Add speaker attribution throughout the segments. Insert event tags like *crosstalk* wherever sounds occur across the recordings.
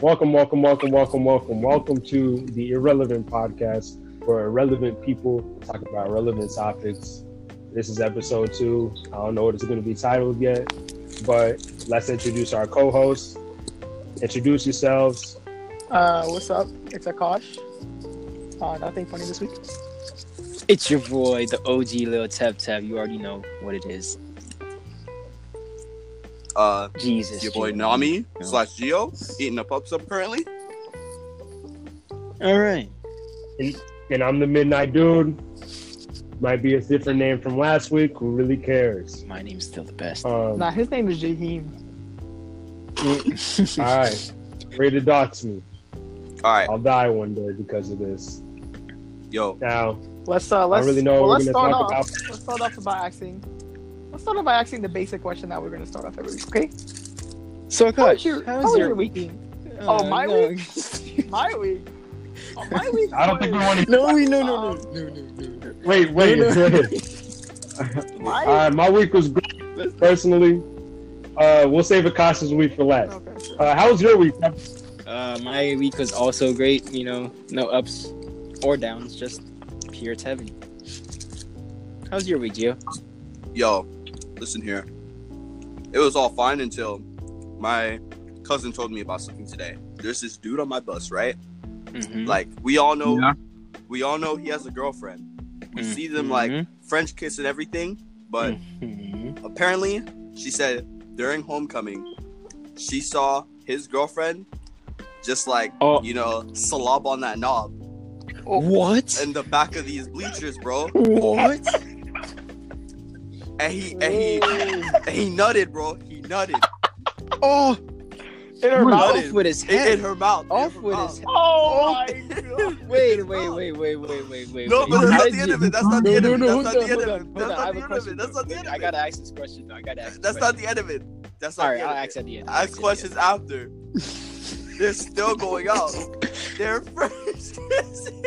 Speaker 1: Welcome, welcome, welcome, welcome, welcome, welcome to the Irrelevant Podcast, where irrelevant people talk about relevant topics. This is episode two. I don't know what it's going to be titled yet, but let's introduce our co-hosts. Introduce yourselves.
Speaker 2: Uh, what's up? It's Akash. Uh, nothing funny this week.
Speaker 3: It's your boy, the OG Lil Tep Tep. You already know what it is.
Speaker 4: Uh,
Speaker 3: Jesus.
Speaker 4: your boy
Speaker 3: Jesus.
Speaker 4: Nami slash Geo eating a pub sub currently.
Speaker 3: All right.
Speaker 1: And I'm the Midnight Dude. Might be a different name from last week. Who really cares?
Speaker 3: My name's still the best. *laughs*
Speaker 1: Um,
Speaker 2: Nah, his name is Jaheem.
Speaker 1: all right. Ready to dox me.
Speaker 4: All right,
Speaker 1: I'll die one day because of this.
Speaker 4: yo,
Speaker 1: Now,
Speaker 2: Let's uh, let's
Speaker 1: really know
Speaker 2: well,
Speaker 1: what
Speaker 2: let's
Speaker 1: we're
Speaker 2: start
Speaker 1: gonna
Speaker 2: off.
Speaker 1: talk
Speaker 2: Let's start off by asking. Let's start off by asking the basic question that we're gonna start off every week. Okay.
Speaker 3: so,
Speaker 2: How was
Speaker 3: Akash,
Speaker 2: your How
Speaker 3: how's
Speaker 2: was
Speaker 3: your,
Speaker 2: Uh, your week? been?
Speaker 3: Uh,
Speaker 2: Oh, my
Speaker 3: no. *laughs*
Speaker 2: week. *laughs* My week. Oh, my
Speaker 1: *laughs*
Speaker 2: week.
Speaker 1: I don't think we want to.
Speaker 3: No, we no, no, no, no, no, no, no.
Speaker 1: Wait, wait.
Speaker 3: No, no.
Speaker 2: to.
Speaker 1: All right, my week was great personally. Uh, we'll save Akasha's week for last.
Speaker 2: Okay. sure.
Speaker 1: Uh, how was your week?
Speaker 3: Uh, my week was also great. You know, no ups or downs, just pure Tevin. How's your week, Gio?
Speaker 4: yo, listen here. It was all fine until my cousin told me about something today. There's this dude on my bus, right?
Speaker 3: Mm-hmm.
Speaker 4: Like we all know, we all know he has a girlfriend. We see them
Speaker 3: Mm-hmm.
Speaker 4: like French kiss and everything, but
Speaker 3: Mm.
Speaker 4: apparently she said during homecoming she saw his girlfriend just like
Speaker 3: Oh.
Speaker 4: you know slob on that knob oh.
Speaker 3: What?
Speaker 4: in the back of these bleachers, bro.
Speaker 3: What?
Speaker 4: And he and he and he nutted, bro. He
Speaker 3: *laughs*
Speaker 4: nutted
Speaker 3: Oh,
Speaker 2: In her
Speaker 1: We're
Speaker 2: mouth.
Speaker 4: not-
Speaker 3: off with his
Speaker 4: in, in
Speaker 3: head.
Speaker 4: her mouth. in
Speaker 3: Off
Speaker 4: her
Speaker 3: with
Speaker 4: mouth.
Speaker 3: his
Speaker 2: Oh my god.
Speaker 3: *laughs* Wait, wait, wait, wait, wait, wait, wait.
Speaker 4: No,
Speaker 3: wait.
Speaker 4: but that's
Speaker 3: How
Speaker 4: not
Speaker 3: did
Speaker 4: the
Speaker 3: you-
Speaker 4: end of it. That's not the end of it.
Speaker 3: No,
Speaker 4: That's
Speaker 3: no, no,
Speaker 4: not the end
Speaker 3: hold
Speaker 4: of
Speaker 3: on, hold
Speaker 4: it.
Speaker 3: on, hold
Speaker 4: That's
Speaker 3: on. I have a
Speaker 4: not the end of
Speaker 3: question,
Speaker 4: it. That's
Speaker 3: though.
Speaker 4: not the end
Speaker 3: I
Speaker 4: of it.
Speaker 3: gotta ask this question though. I gotta ask. this
Speaker 4: That's not
Speaker 3: question.
Speaker 4: the end of it. That's
Speaker 3: All
Speaker 4: not
Speaker 3: right,
Speaker 4: the
Speaker 3: I'll
Speaker 4: end
Speaker 3: ask
Speaker 4: of it.
Speaker 3: at the end. I'll ask
Speaker 4: Ask
Speaker 3: at the
Speaker 4: questions after. They're still going out. They're *laughs* French kissing.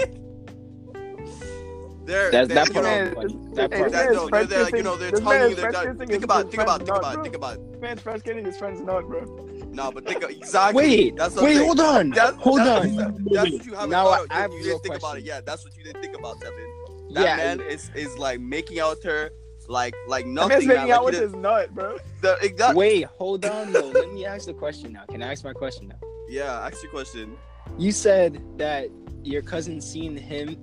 Speaker 4: They're,
Speaker 3: That,
Speaker 4: they're,
Speaker 3: that
Speaker 4: you
Speaker 3: part
Speaker 4: know,
Speaker 3: was funny. That
Speaker 2: Hey, that-
Speaker 3: part.
Speaker 4: That,
Speaker 2: is
Speaker 4: no, they're,
Speaker 2: French
Speaker 4: they're like, you
Speaker 2: kissing-
Speaker 4: know, they're
Speaker 2: this
Speaker 4: telling
Speaker 2: man
Speaker 4: you
Speaker 2: is
Speaker 4: they're
Speaker 2: French
Speaker 4: done.
Speaker 2: kissing
Speaker 4: Think
Speaker 2: his-
Speaker 4: about,
Speaker 2: his
Speaker 4: it, think about, it, think
Speaker 2: friend's
Speaker 4: about,
Speaker 2: nut,
Speaker 4: it, think about. it.
Speaker 2: Man's French getting his friend's nut, bro.
Speaker 4: Nah, but think. Exactly.
Speaker 3: Wait,
Speaker 4: That's the
Speaker 3: wait,
Speaker 4: thing.
Speaker 3: hold on,
Speaker 4: That's,
Speaker 3: hold
Speaker 4: that's,
Speaker 3: on.
Speaker 4: What you, that's what you haven't
Speaker 3: Now
Speaker 4: thought
Speaker 3: I have
Speaker 4: of. You,
Speaker 3: a
Speaker 4: you
Speaker 3: real
Speaker 4: didn't think about it.
Speaker 3: question.
Speaker 4: Yeah, that's what you didn't think about, Devin. That
Speaker 3: Yeah,
Speaker 4: man is is like making out with her, like like
Speaker 2: That
Speaker 4: nothing.
Speaker 2: man's
Speaker 4: man.
Speaker 2: making
Speaker 4: Like,
Speaker 2: out
Speaker 4: he
Speaker 2: with
Speaker 4: didn't-
Speaker 2: his nut, bro.
Speaker 4: the, exact-
Speaker 3: Wait, hold on though. Let me ask the question now. Can I ask my question now?
Speaker 4: Yeah, ask your question.
Speaker 3: You said that your cousin seen him,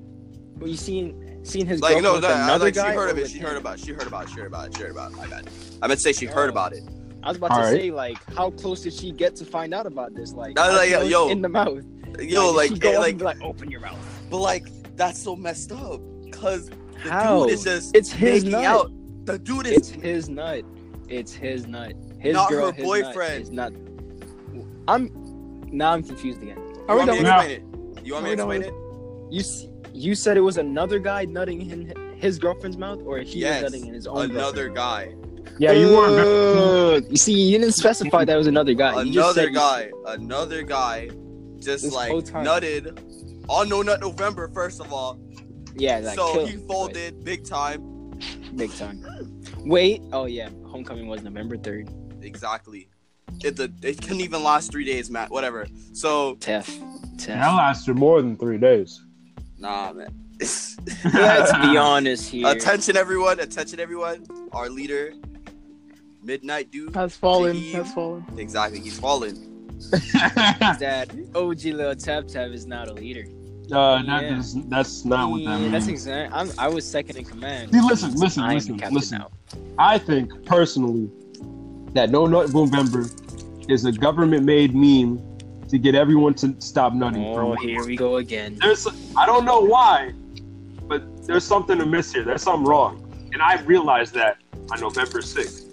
Speaker 3: but you seen seen his
Speaker 4: Like
Speaker 3: girlfriend
Speaker 4: no,
Speaker 3: with
Speaker 4: no, I-
Speaker 3: another
Speaker 4: like she
Speaker 3: guy.
Speaker 4: heard
Speaker 3: or
Speaker 4: of it.
Speaker 3: with
Speaker 4: She
Speaker 3: him?
Speaker 4: heard about. It. She heard about. It. She heard about. It. She heard about. It. I meant. I meant to say she heard
Speaker 3: Oh.
Speaker 4: about it.
Speaker 3: I was about to
Speaker 1: All right.
Speaker 3: say like, how close did she get to find out about this? Like,
Speaker 4: I was
Speaker 3: how
Speaker 4: like,
Speaker 3: close
Speaker 4: yo.
Speaker 3: in the mouth.
Speaker 4: Yo,
Speaker 3: did
Speaker 4: like,
Speaker 3: she
Speaker 4: it,
Speaker 3: go up
Speaker 4: like,
Speaker 3: and be like, open your mouth.
Speaker 4: but like that's so messed up. Cause the
Speaker 3: How?
Speaker 4: dude is just
Speaker 3: It's his
Speaker 4: making
Speaker 3: nut.
Speaker 4: out. The dude
Speaker 3: It's
Speaker 4: is
Speaker 3: his nut. It's his nut. His
Speaker 4: Not
Speaker 3: girl,
Speaker 4: her
Speaker 3: his
Speaker 4: boyfriend.
Speaker 3: Nut, his nut. I'm now I'm confused again.
Speaker 4: You
Speaker 2: Are we
Speaker 4: want
Speaker 2: done
Speaker 4: me to
Speaker 2: with
Speaker 1: now?
Speaker 4: explain it? You want me to
Speaker 2: Are we
Speaker 4: explain it?
Speaker 3: You s- you said it was another guy nutting in his girlfriend's mouth, or he
Speaker 4: Yes,
Speaker 3: was nutting in his own.
Speaker 4: Another
Speaker 3: girlfriend's
Speaker 4: guy.
Speaker 3: mouth?
Speaker 1: Yeah, you
Speaker 3: Uh,
Speaker 1: weren't.
Speaker 3: Ugh. You see, you didn't specify that it was another guy. Uh, you just
Speaker 4: Another
Speaker 3: said
Speaker 4: guy. Another guy. Just
Speaker 3: This
Speaker 4: like
Speaker 3: whole time.
Speaker 4: nutted. On no nut November. First of all,
Speaker 3: Yeah, like,
Speaker 4: so
Speaker 3: kill
Speaker 4: he
Speaker 3: him,
Speaker 4: folded big time.
Speaker 3: but big time. Wait, oh yeah, homecoming was November third.
Speaker 4: Exactly. It the it couldn't even last three days, Matt. Whatever. So
Speaker 3: Tef, Tef. *laughs*
Speaker 1: That lasted more than three days.
Speaker 4: nah, man.
Speaker 1: *laughs*
Speaker 3: Let's be honest here.
Speaker 4: *laughs* Attention, everyone! Attention, everyone! Our leader, Midnight Dude.
Speaker 2: Has fallen.
Speaker 4: Jaheim.
Speaker 2: Has fallen.
Speaker 4: Exactly, he's fallen.
Speaker 1: uh,
Speaker 3: That OG little Tef Tef is not a leader.
Speaker 1: that
Speaker 3: Yeah.
Speaker 1: is- that's not what that
Speaker 3: Yeah,
Speaker 1: means.
Speaker 3: That's exact. I'm, I was second in command.
Speaker 1: See, listen, listen,
Speaker 3: I am the
Speaker 1: listen,
Speaker 3: captain
Speaker 1: listen.
Speaker 3: now.
Speaker 1: I think personally that No Nut November is a government-made meme to get everyone to stop nutting. from
Speaker 3: Oh, here we go again.
Speaker 1: there's I don't know why, but there's something amiss here. There's something wrong, and I realized that on November 6th.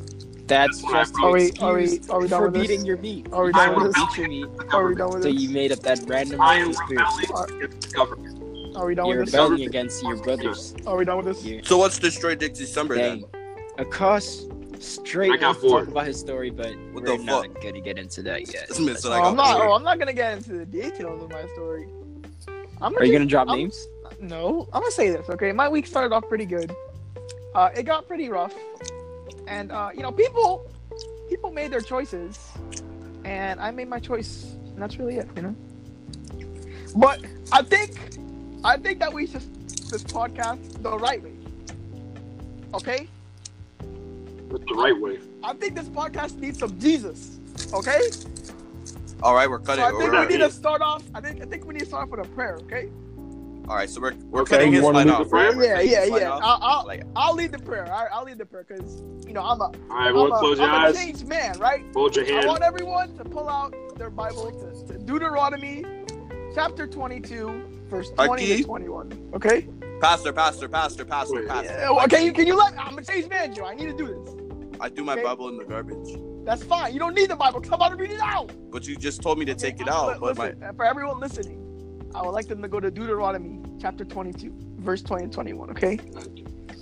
Speaker 3: That's
Speaker 1: That's what I
Speaker 3: just
Speaker 1: brought.
Speaker 3: your
Speaker 2: Are we-
Speaker 3: excuse
Speaker 2: are we- are we done
Speaker 3: for
Speaker 2: with this?
Speaker 3: beating your meat.
Speaker 2: Are we
Speaker 3: You
Speaker 1: done
Speaker 3: wanna
Speaker 1: with this?
Speaker 3: beat your meat,
Speaker 1: The
Speaker 2: Are we
Speaker 1: government.
Speaker 2: done with
Speaker 3: so you
Speaker 2: this?
Speaker 3: made up that random
Speaker 1: I am
Speaker 3: conspiracy.
Speaker 1: rebelling against the government.
Speaker 2: Are we done
Speaker 3: You're
Speaker 2: with this?
Speaker 3: rebelling against your brothers.
Speaker 2: Are we done with this?
Speaker 3: You're
Speaker 4: So what's destroyed Dick December
Speaker 3: dang.
Speaker 4: then?
Speaker 3: Akash
Speaker 1: I
Speaker 3: straight
Speaker 1: got
Speaker 3: wants to talk
Speaker 1: bored.
Speaker 3: about his story, but
Speaker 4: What
Speaker 3: we're
Speaker 4: the
Speaker 3: not gonna get into that yet.
Speaker 4: This man's
Speaker 3: Are
Speaker 4: like,
Speaker 2: oh, I'm
Speaker 4: oh,
Speaker 2: not.
Speaker 4: here.
Speaker 2: Oh, I'm not gonna get into the details of my story. I'm
Speaker 3: you
Speaker 2: just-
Speaker 3: gonna drop
Speaker 2: I'm-
Speaker 3: names?
Speaker 2: No, I'm gonna say this. Okay, my week started off pretty good. Uh, it got pretty rough, and uh, you know, people, people made their choices, and I made my choice And that's really it, you know. But I think, I think that we should this podcast the right way. Okay,
Speaker 5: That's the right way.
Speaker 2: I think this podcast needs some Jesus. Okay,
Speaker 4: All right, we're
Speaker 2: so
Speaker 4: cutting.
Speaker 2: I think
Speaker 4: we're-
Speaker 2: we need to start off. I think I think we need to start off with a prayer. Okay.
Speaker 4: all right, so we're we're
Speaker 5: Okay,
Speaker 4: cutting
Speaker 5: you
Speaker 4: his
Speaker 5: wanna
Speaker 4: line
Speaker 5: leave
Speaker 4: off.
Speaker 5: the
Speaker 4: right?
Speaker 5: prayer?
Speaker 4: We're
Speaker 2: Yeah,
Speaker 4: cutting
Speaker 2: yeah,
Speaker 4: his line
Speaker 2: yeah.
Speaker 4: off.
Speaker 2: I'll, I'll,
Speaker 4: Like,
Speaker 2: I'll lead the prayer. I, I'll lead the prayer because you know I'm a
Speaker 5: All right,
Speaker 2: I'm
Speaker 5: everyone,
Speaker 2: a-
Speaker 5: close your
Speaker 2: I'm a
Speaker 5: eyes.
Speaker 2: changed man, right?
Speaker 5: Hold your
Speaker 2: I
Speaker 5: hand.
Speaker 2: want everyone to pull out their Bible to, to Deuteronomy chapter 22, verse 20
Speaker 4: Aki?
Speaker 2: to 21. Okay?
Speaker 4: pastor, pastor, pastor, pastor,
Speaker 5: Wait,
Speaker 4: pastor.
Speaker 2: Yeah, okay, you, can you let I'm a changed man, Joe. I need to do this.
Speaker 4: I threw my
Speaker 2: Okay.
Speaker 4: Bible in the garbage,
Speaker 2: That's fine. You don't need the Bible because I'm about to read it out.
Speaker 4: but you just told me to take it
Speaker 2: Okay,
Speaker 4: out.
Speaker 2: li-
Speaker 4: But my
Speaker 2: listen, for everyone listening, I would like them to go to Deuteronomy chapter 22, verse 20 and 21, okay?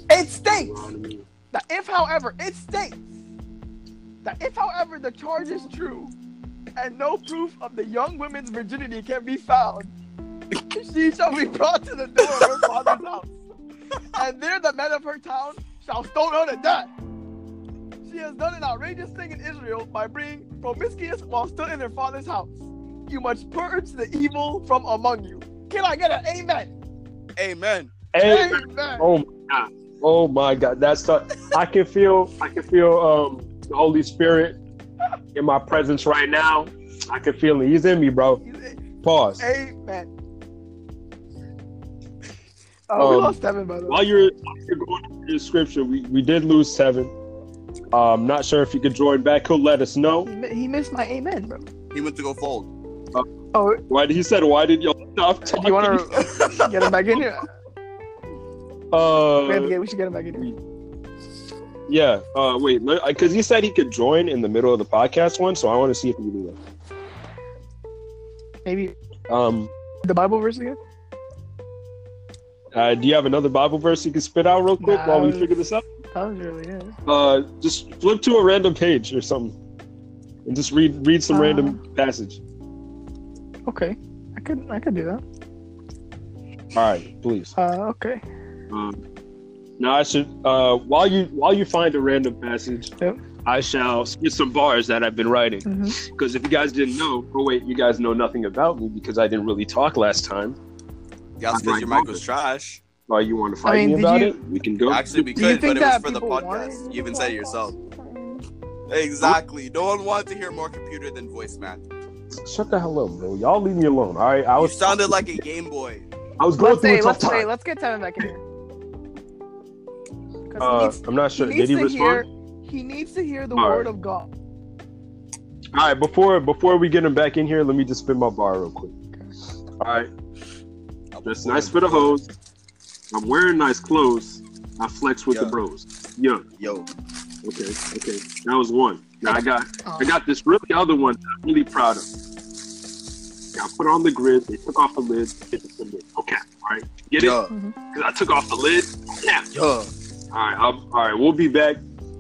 Speaker 2: It states that if, however, it states that if, however, the charge is true and no proof of the young woman's virginity can be found, *laughs* she shall be brought to the door of her father's house, and there the men of her town shall stone her to death. She has done an outrageous thing in Israel by being promiscuous while still in her father's house. You must purge the evil from among you. Can I get an amen?
Speaker 4: amen.
Speaker 1: And
Speaker 2: Amen.
Speaker 1: oh my god, oh my god, that's the, I can feel *laughs* I can feel um the Holy Spirit in my presence right now. I can feel it. He's in me, bro. Pause.
Speaker 2: Amen. Oh, we
Speaker 1: Um,
Speaker 2: lost Devin, by the way.
Speaker 1: While you're, while you're going through the scripture, we, we did lose seven. Um, not sure if he could join back. He'll let us know.
Speaker 2: He, mi- he missed my amen, bro.
Speaker 4: He went to go fold.
Speaker 2: Oh,
Speaker 1: Why he said, "Why did y'all stop
Speaker 2: do
Speaker 1: talking?"
Speaker 2: you want *laughs* to get him back in here? We, have to
Speaker 1: Uh,
Speaker 2: get, we should get him back in here.
Speaker 1: yeah. Uh, wait, because he said he could join in the middle of the podcast one, so I want to see if we can do
Speaker 2: Maybe
Speaker 1: that. Um,
Speaker 2: the Bible verse again?
Speaker 1: uh, do you have another Bible verse you can spit out real quick while we
Speaker 2: Nah.
Speaker 1: figure this out?
Speaker 2: That was really good.
Speaker 1: Uh, just flip to a random page or something, and just read read some
Speaker 2: Uh.
Speaker 1: random passage.
Speaker 2: Okay. I could, I could do that.
Speaker 1: All right, please.
Speaker 2: Uh, okay.
Speaker 1: Um, now I should uh, while you while you find a random passage,
Speaker 2: Yep.
Speaker 1: I shall spit some bars that I've been writing.
Speaker 2: hmm
Speaker 1: Because if you guys didn't know, oh wait, you guys know nothing about me because I didn't really talk last time.
Speaker 4: Yeah, because your mic was trash.
Speaker 1: Oh, you want to fight
Speaker 2: mean,
Speaker 1: me
Speaker 2: did
Speaker 1: about
Speaker 2: you-
Speaker 1: it? We can go.
Speaker 4: Actually, we
Speaker 2: Do you
Speaker 4: could, but
Speaker 2: think
Speaker 4: it was
Speaker 2: that
Speaker 4: for the
Speaker 2: people
Speaker 4: podcast.
Speaker 2: wanted
Speaker 4: You even said it yourself. Exactly. No one wanted to hear more computer than voice, man.
Speaker 1: Shut the hell up, bro. Y'all leave me alone. All right, I
Speaker 4: You
Speaker 1: was
Speaker 4: sounded like a Game Boy.
Speaker 1: I was going
Speaker 2: Let's
Speaker 1: through
Speaker 2: say,
Speaker 1: a tough
Speaker 2: let's say,
Speaker 1: time.
Speaker 2: let's get Tevin back in here. 'Cause he
Speaker 1: Uh,
Speaker 2: needs-
Speaker 1: I'm not sure.
Speaker 2: he
Speaker 1: Did
Speaker 2: needs
Speaker 1: he
Speaker 2: to
Speaker 1: respond?
Speaker 2: hear. He needs to hear the
Speaker 1: All right.
Speaker 2: word of God.
Speaker 1: All right, before before we get him back in here, let me just spin my bar real quick. All right, that's nice for the hose. I'm wearing nice clothes. I flex with the
Speaker 4: Yeah.
Speaker 1: bros. Yeah.
Speaker 4: Yo,
Speaker 1: Okay. Okay. That was one. Now I got I got this really other one that I'm really proud of. I put on the grid. They took off the lid. they took the lid. Okay. All right. Get it?
Speaker 4: yo,
Speaker 1: Because I took off the lid. Yeah.
Speaker 4: yo.
Speaker 1: All right. I'm, all right. We'll be back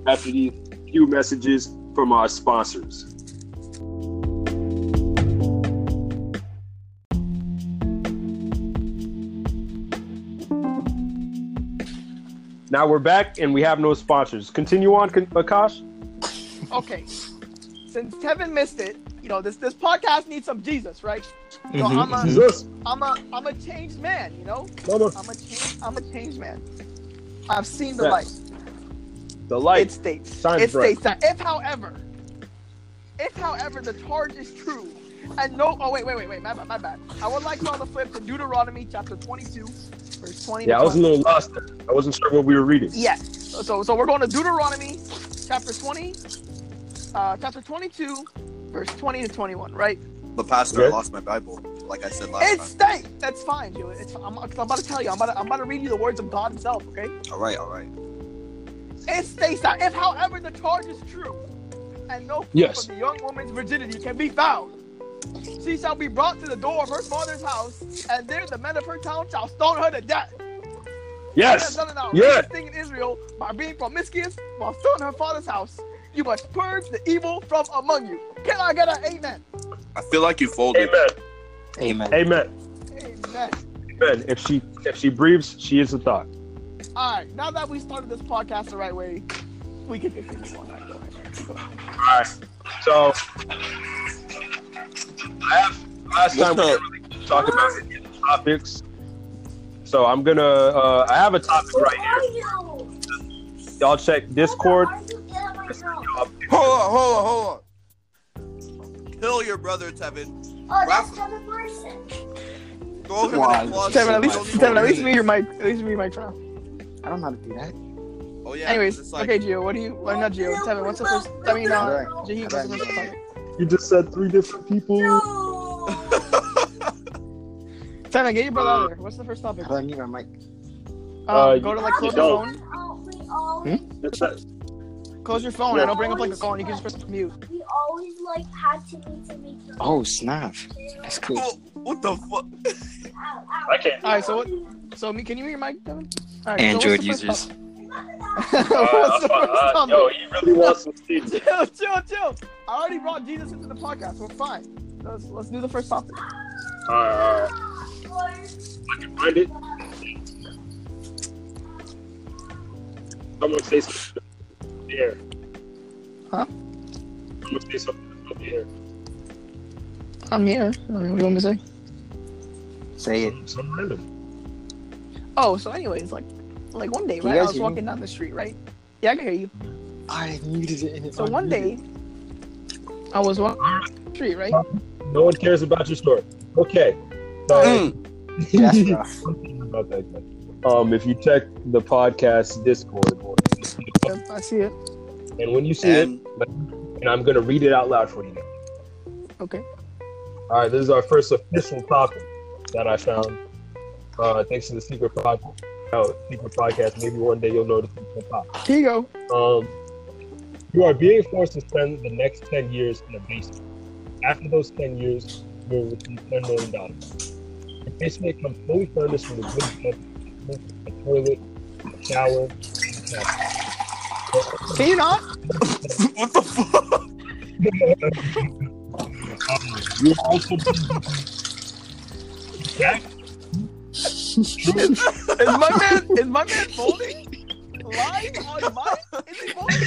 Speaker 1: after these few messages from our sponsors. Now we're back and we have no sponsors. Continue on, Kan- Akash.
Speaker 2: okay. Since Tevin missed it, you know this this podcast needs some Jesus, right? So
Speaker 3: Mm-hmm.
Speaker 2: I'm
Speaker 3: uh,
Speaker 2: a
Speaker 1: Jesus,
Speaker 2: I'm a I'm a changed man, you know.
Speaker 1: mama.
Speaker 2: I'm a change, I'm a changed man. I've seen the light.
Speaker 1: Yes. The light.
Speaker 2: It states
Speaker 1: Shines
Speaker 2: it
Speaker 1: bright.
Speaker 2: states that if however if however the charge is true and no oh wait wait wait wait my bad my bad I would like y'all to flip to Deuteronomy chapter 22 verse 20
Speaker 1: yeah,
Speaker 2: to
Speaker 1: I was a
Speaker 2: 20.
Speaker 1: little lost. There. I wasn't sure what we were reading.
Speaker 2: Yes. So- So so we're going to Deuteronomy chapter 20 uh chapter 22 verse 20 to 21, right?
Speaker 4: But pastor, I
Speaker 1: Yeah.
Speaker 4: lost my Bible. Like I said last
Speaker 2: It's state. That's fine, dude. It's I'm, 'cause I'm about to tell you. I'm about to, I'm about to read you the words of God himself, okay?
Speaker 4: time. All right, all right.
Speaker 2: It states that if, however, the charge is true, and no proof
Speaker 1: Yes.
Speaker 2: of the young woman's virginity can be found, she shall be brought to the door of her father's house, and there the men of her town shall stone her to death.
Speaker 1: Yes.
Speaker 2: She has done an
Speaker 1: Yeah.
Speaker 2: outrageous thing in Israel by being promiscuous while still in her father's house. You must purge the evil from among you. Can I get an amen?
Speaker 4: I feel like you folded.
Speaker 1: Amen.
Speaker 3: Amen.
Speaker 1: Amen.
Speaker 2: Amen.
Speaker 1: Amen. If she if she breathes, she is a thought.
Speaker 2: All right. Now that we started this podcast the right way, we can continue on.
Speaker 1: All right. So
Speaker 5: Last, last time we
Speaker 4: What's
Speaker 5: didn't
Speaker 4: up?
Speaker 5: really talk about any of the topics. So I'm gonna. Uh, I have a topic right here. Y'all check Discord.
Speaker 6: Oh,
Speaker 4: Hold on, hold on, hold on. Kill your brother, Tevin.
Speaker 6: Oh, that's the other person.
Speaker 4: Throw him
Speaker 3: Wow,
Speaker 4: in the closet.
Speaker 2: Tevin, at least,
Speaker 4: Don't even
Speaker 2: Tevin, at least
Speaker 4: breathe.
Speaker 2: me your mic. At least me your mic for now.
Speaker 3: I don't know how to do that.
Speaker 4: Oh yeah.
Speaker 2: Anyways,
Speaker 4: it's like,
Speaker 2: okay, Gio, what do you? Well, not Gio. Tevin, what's the first? I mean, uh, Jahi, what's the first topic?
Speaker 1: You just said three different people.
Speaker 2: Tevin, get your brother out of there. What's the first topic?
Speaker 3: How do I mute my mic?
Speaker 2: Uh,
Speaker 1: Uh,
Speaker 2: go to like close your
Speaker 1: don't. Hmm?
Speaker 2: phone.
Speaker 6: We always,
Speaker 5: It's
Speaker 3: *laughs*
Speaker 5: that-
Speaker 2: Close your phone, and it'll bring up like a call, and you can just press mute.
Speaker 6: we always like had to meet to make the
Speaker 3: Oh snap! That's cool.
Speaker 4: oh, what the fuck?
Speaker 5: I can't.
Speaker 2: All right, so what? So, me, can you hear your mic, Tevin? All right,
Speaker 3: Android
Speaker 2: so what's the
Speaker 3: users.
Speaker 2: first
Speaker 5: Uh,
Speaker 2: topic? *laughs* what's
Speaker 5: uh,
Speaker 2: the first
Speaker 5: uh,
Speaker 2: topic?
Speaker 5: yo, he really wants some seeds.
Speaker 2: chill, chill, chill. I already brought Jesus into the podcast. We're fine. Let's let's do the first topic.
Speaker 5: All right, all right. Find it. Someone say something. in the air.
Speaker 2: Huh?
Speaker 5: Someone say something. in the air.
Speaker 2: I'm here. What do you want me to say?
Speaker 3: Say it.
Speaker 5: Some random.
Speaker 2: Oh, so anyways, like like one day,
Speaker 3: Can you
Speaker 2: right? I
Speaker 3: guys
Speaker 2: was
Speaker 3: hear me?
Speaker 2: walking down the street, right? Yeah, I can hear you.
Speaker 3: I muted it. And it
Speaker 2: So one day, I was walking down the street, right?
Speaker 5: No one cares about your story. Okay.
Speaker 4: Mm.
Speaker 5: *laughs*
Speaker 3: That's rough.
Speaker 1: About that guy. Um, if you check the podcast Discord,
Speaker 2: Yep, I see it.
Speaker 5: And when you see it,
Speaker 4: And
Speaker 5: and I'm gonna read it out loud for you.
Speaker 2: Okay.
Speaker 5: All right, this is our first official topic that I found. Uh, thanks to the secret podcast. Oh, secret podcast. Maybe one day you'll notice it's pop.
Speaker 2: Here you go.
Speaker 5: Um, you are being forced to spend the next 10 years in a basement. After those 10 years, you will receive $10 million. The basement comes fully furnished with a good bed, a toilet, a shower, and a bath.
Speaker 2: Can you not?
Speaker 4: *laughs* what the fuck?
Speaker 5: You are also
Speaker 2: Is my man is my man folding? Live on my is he folding?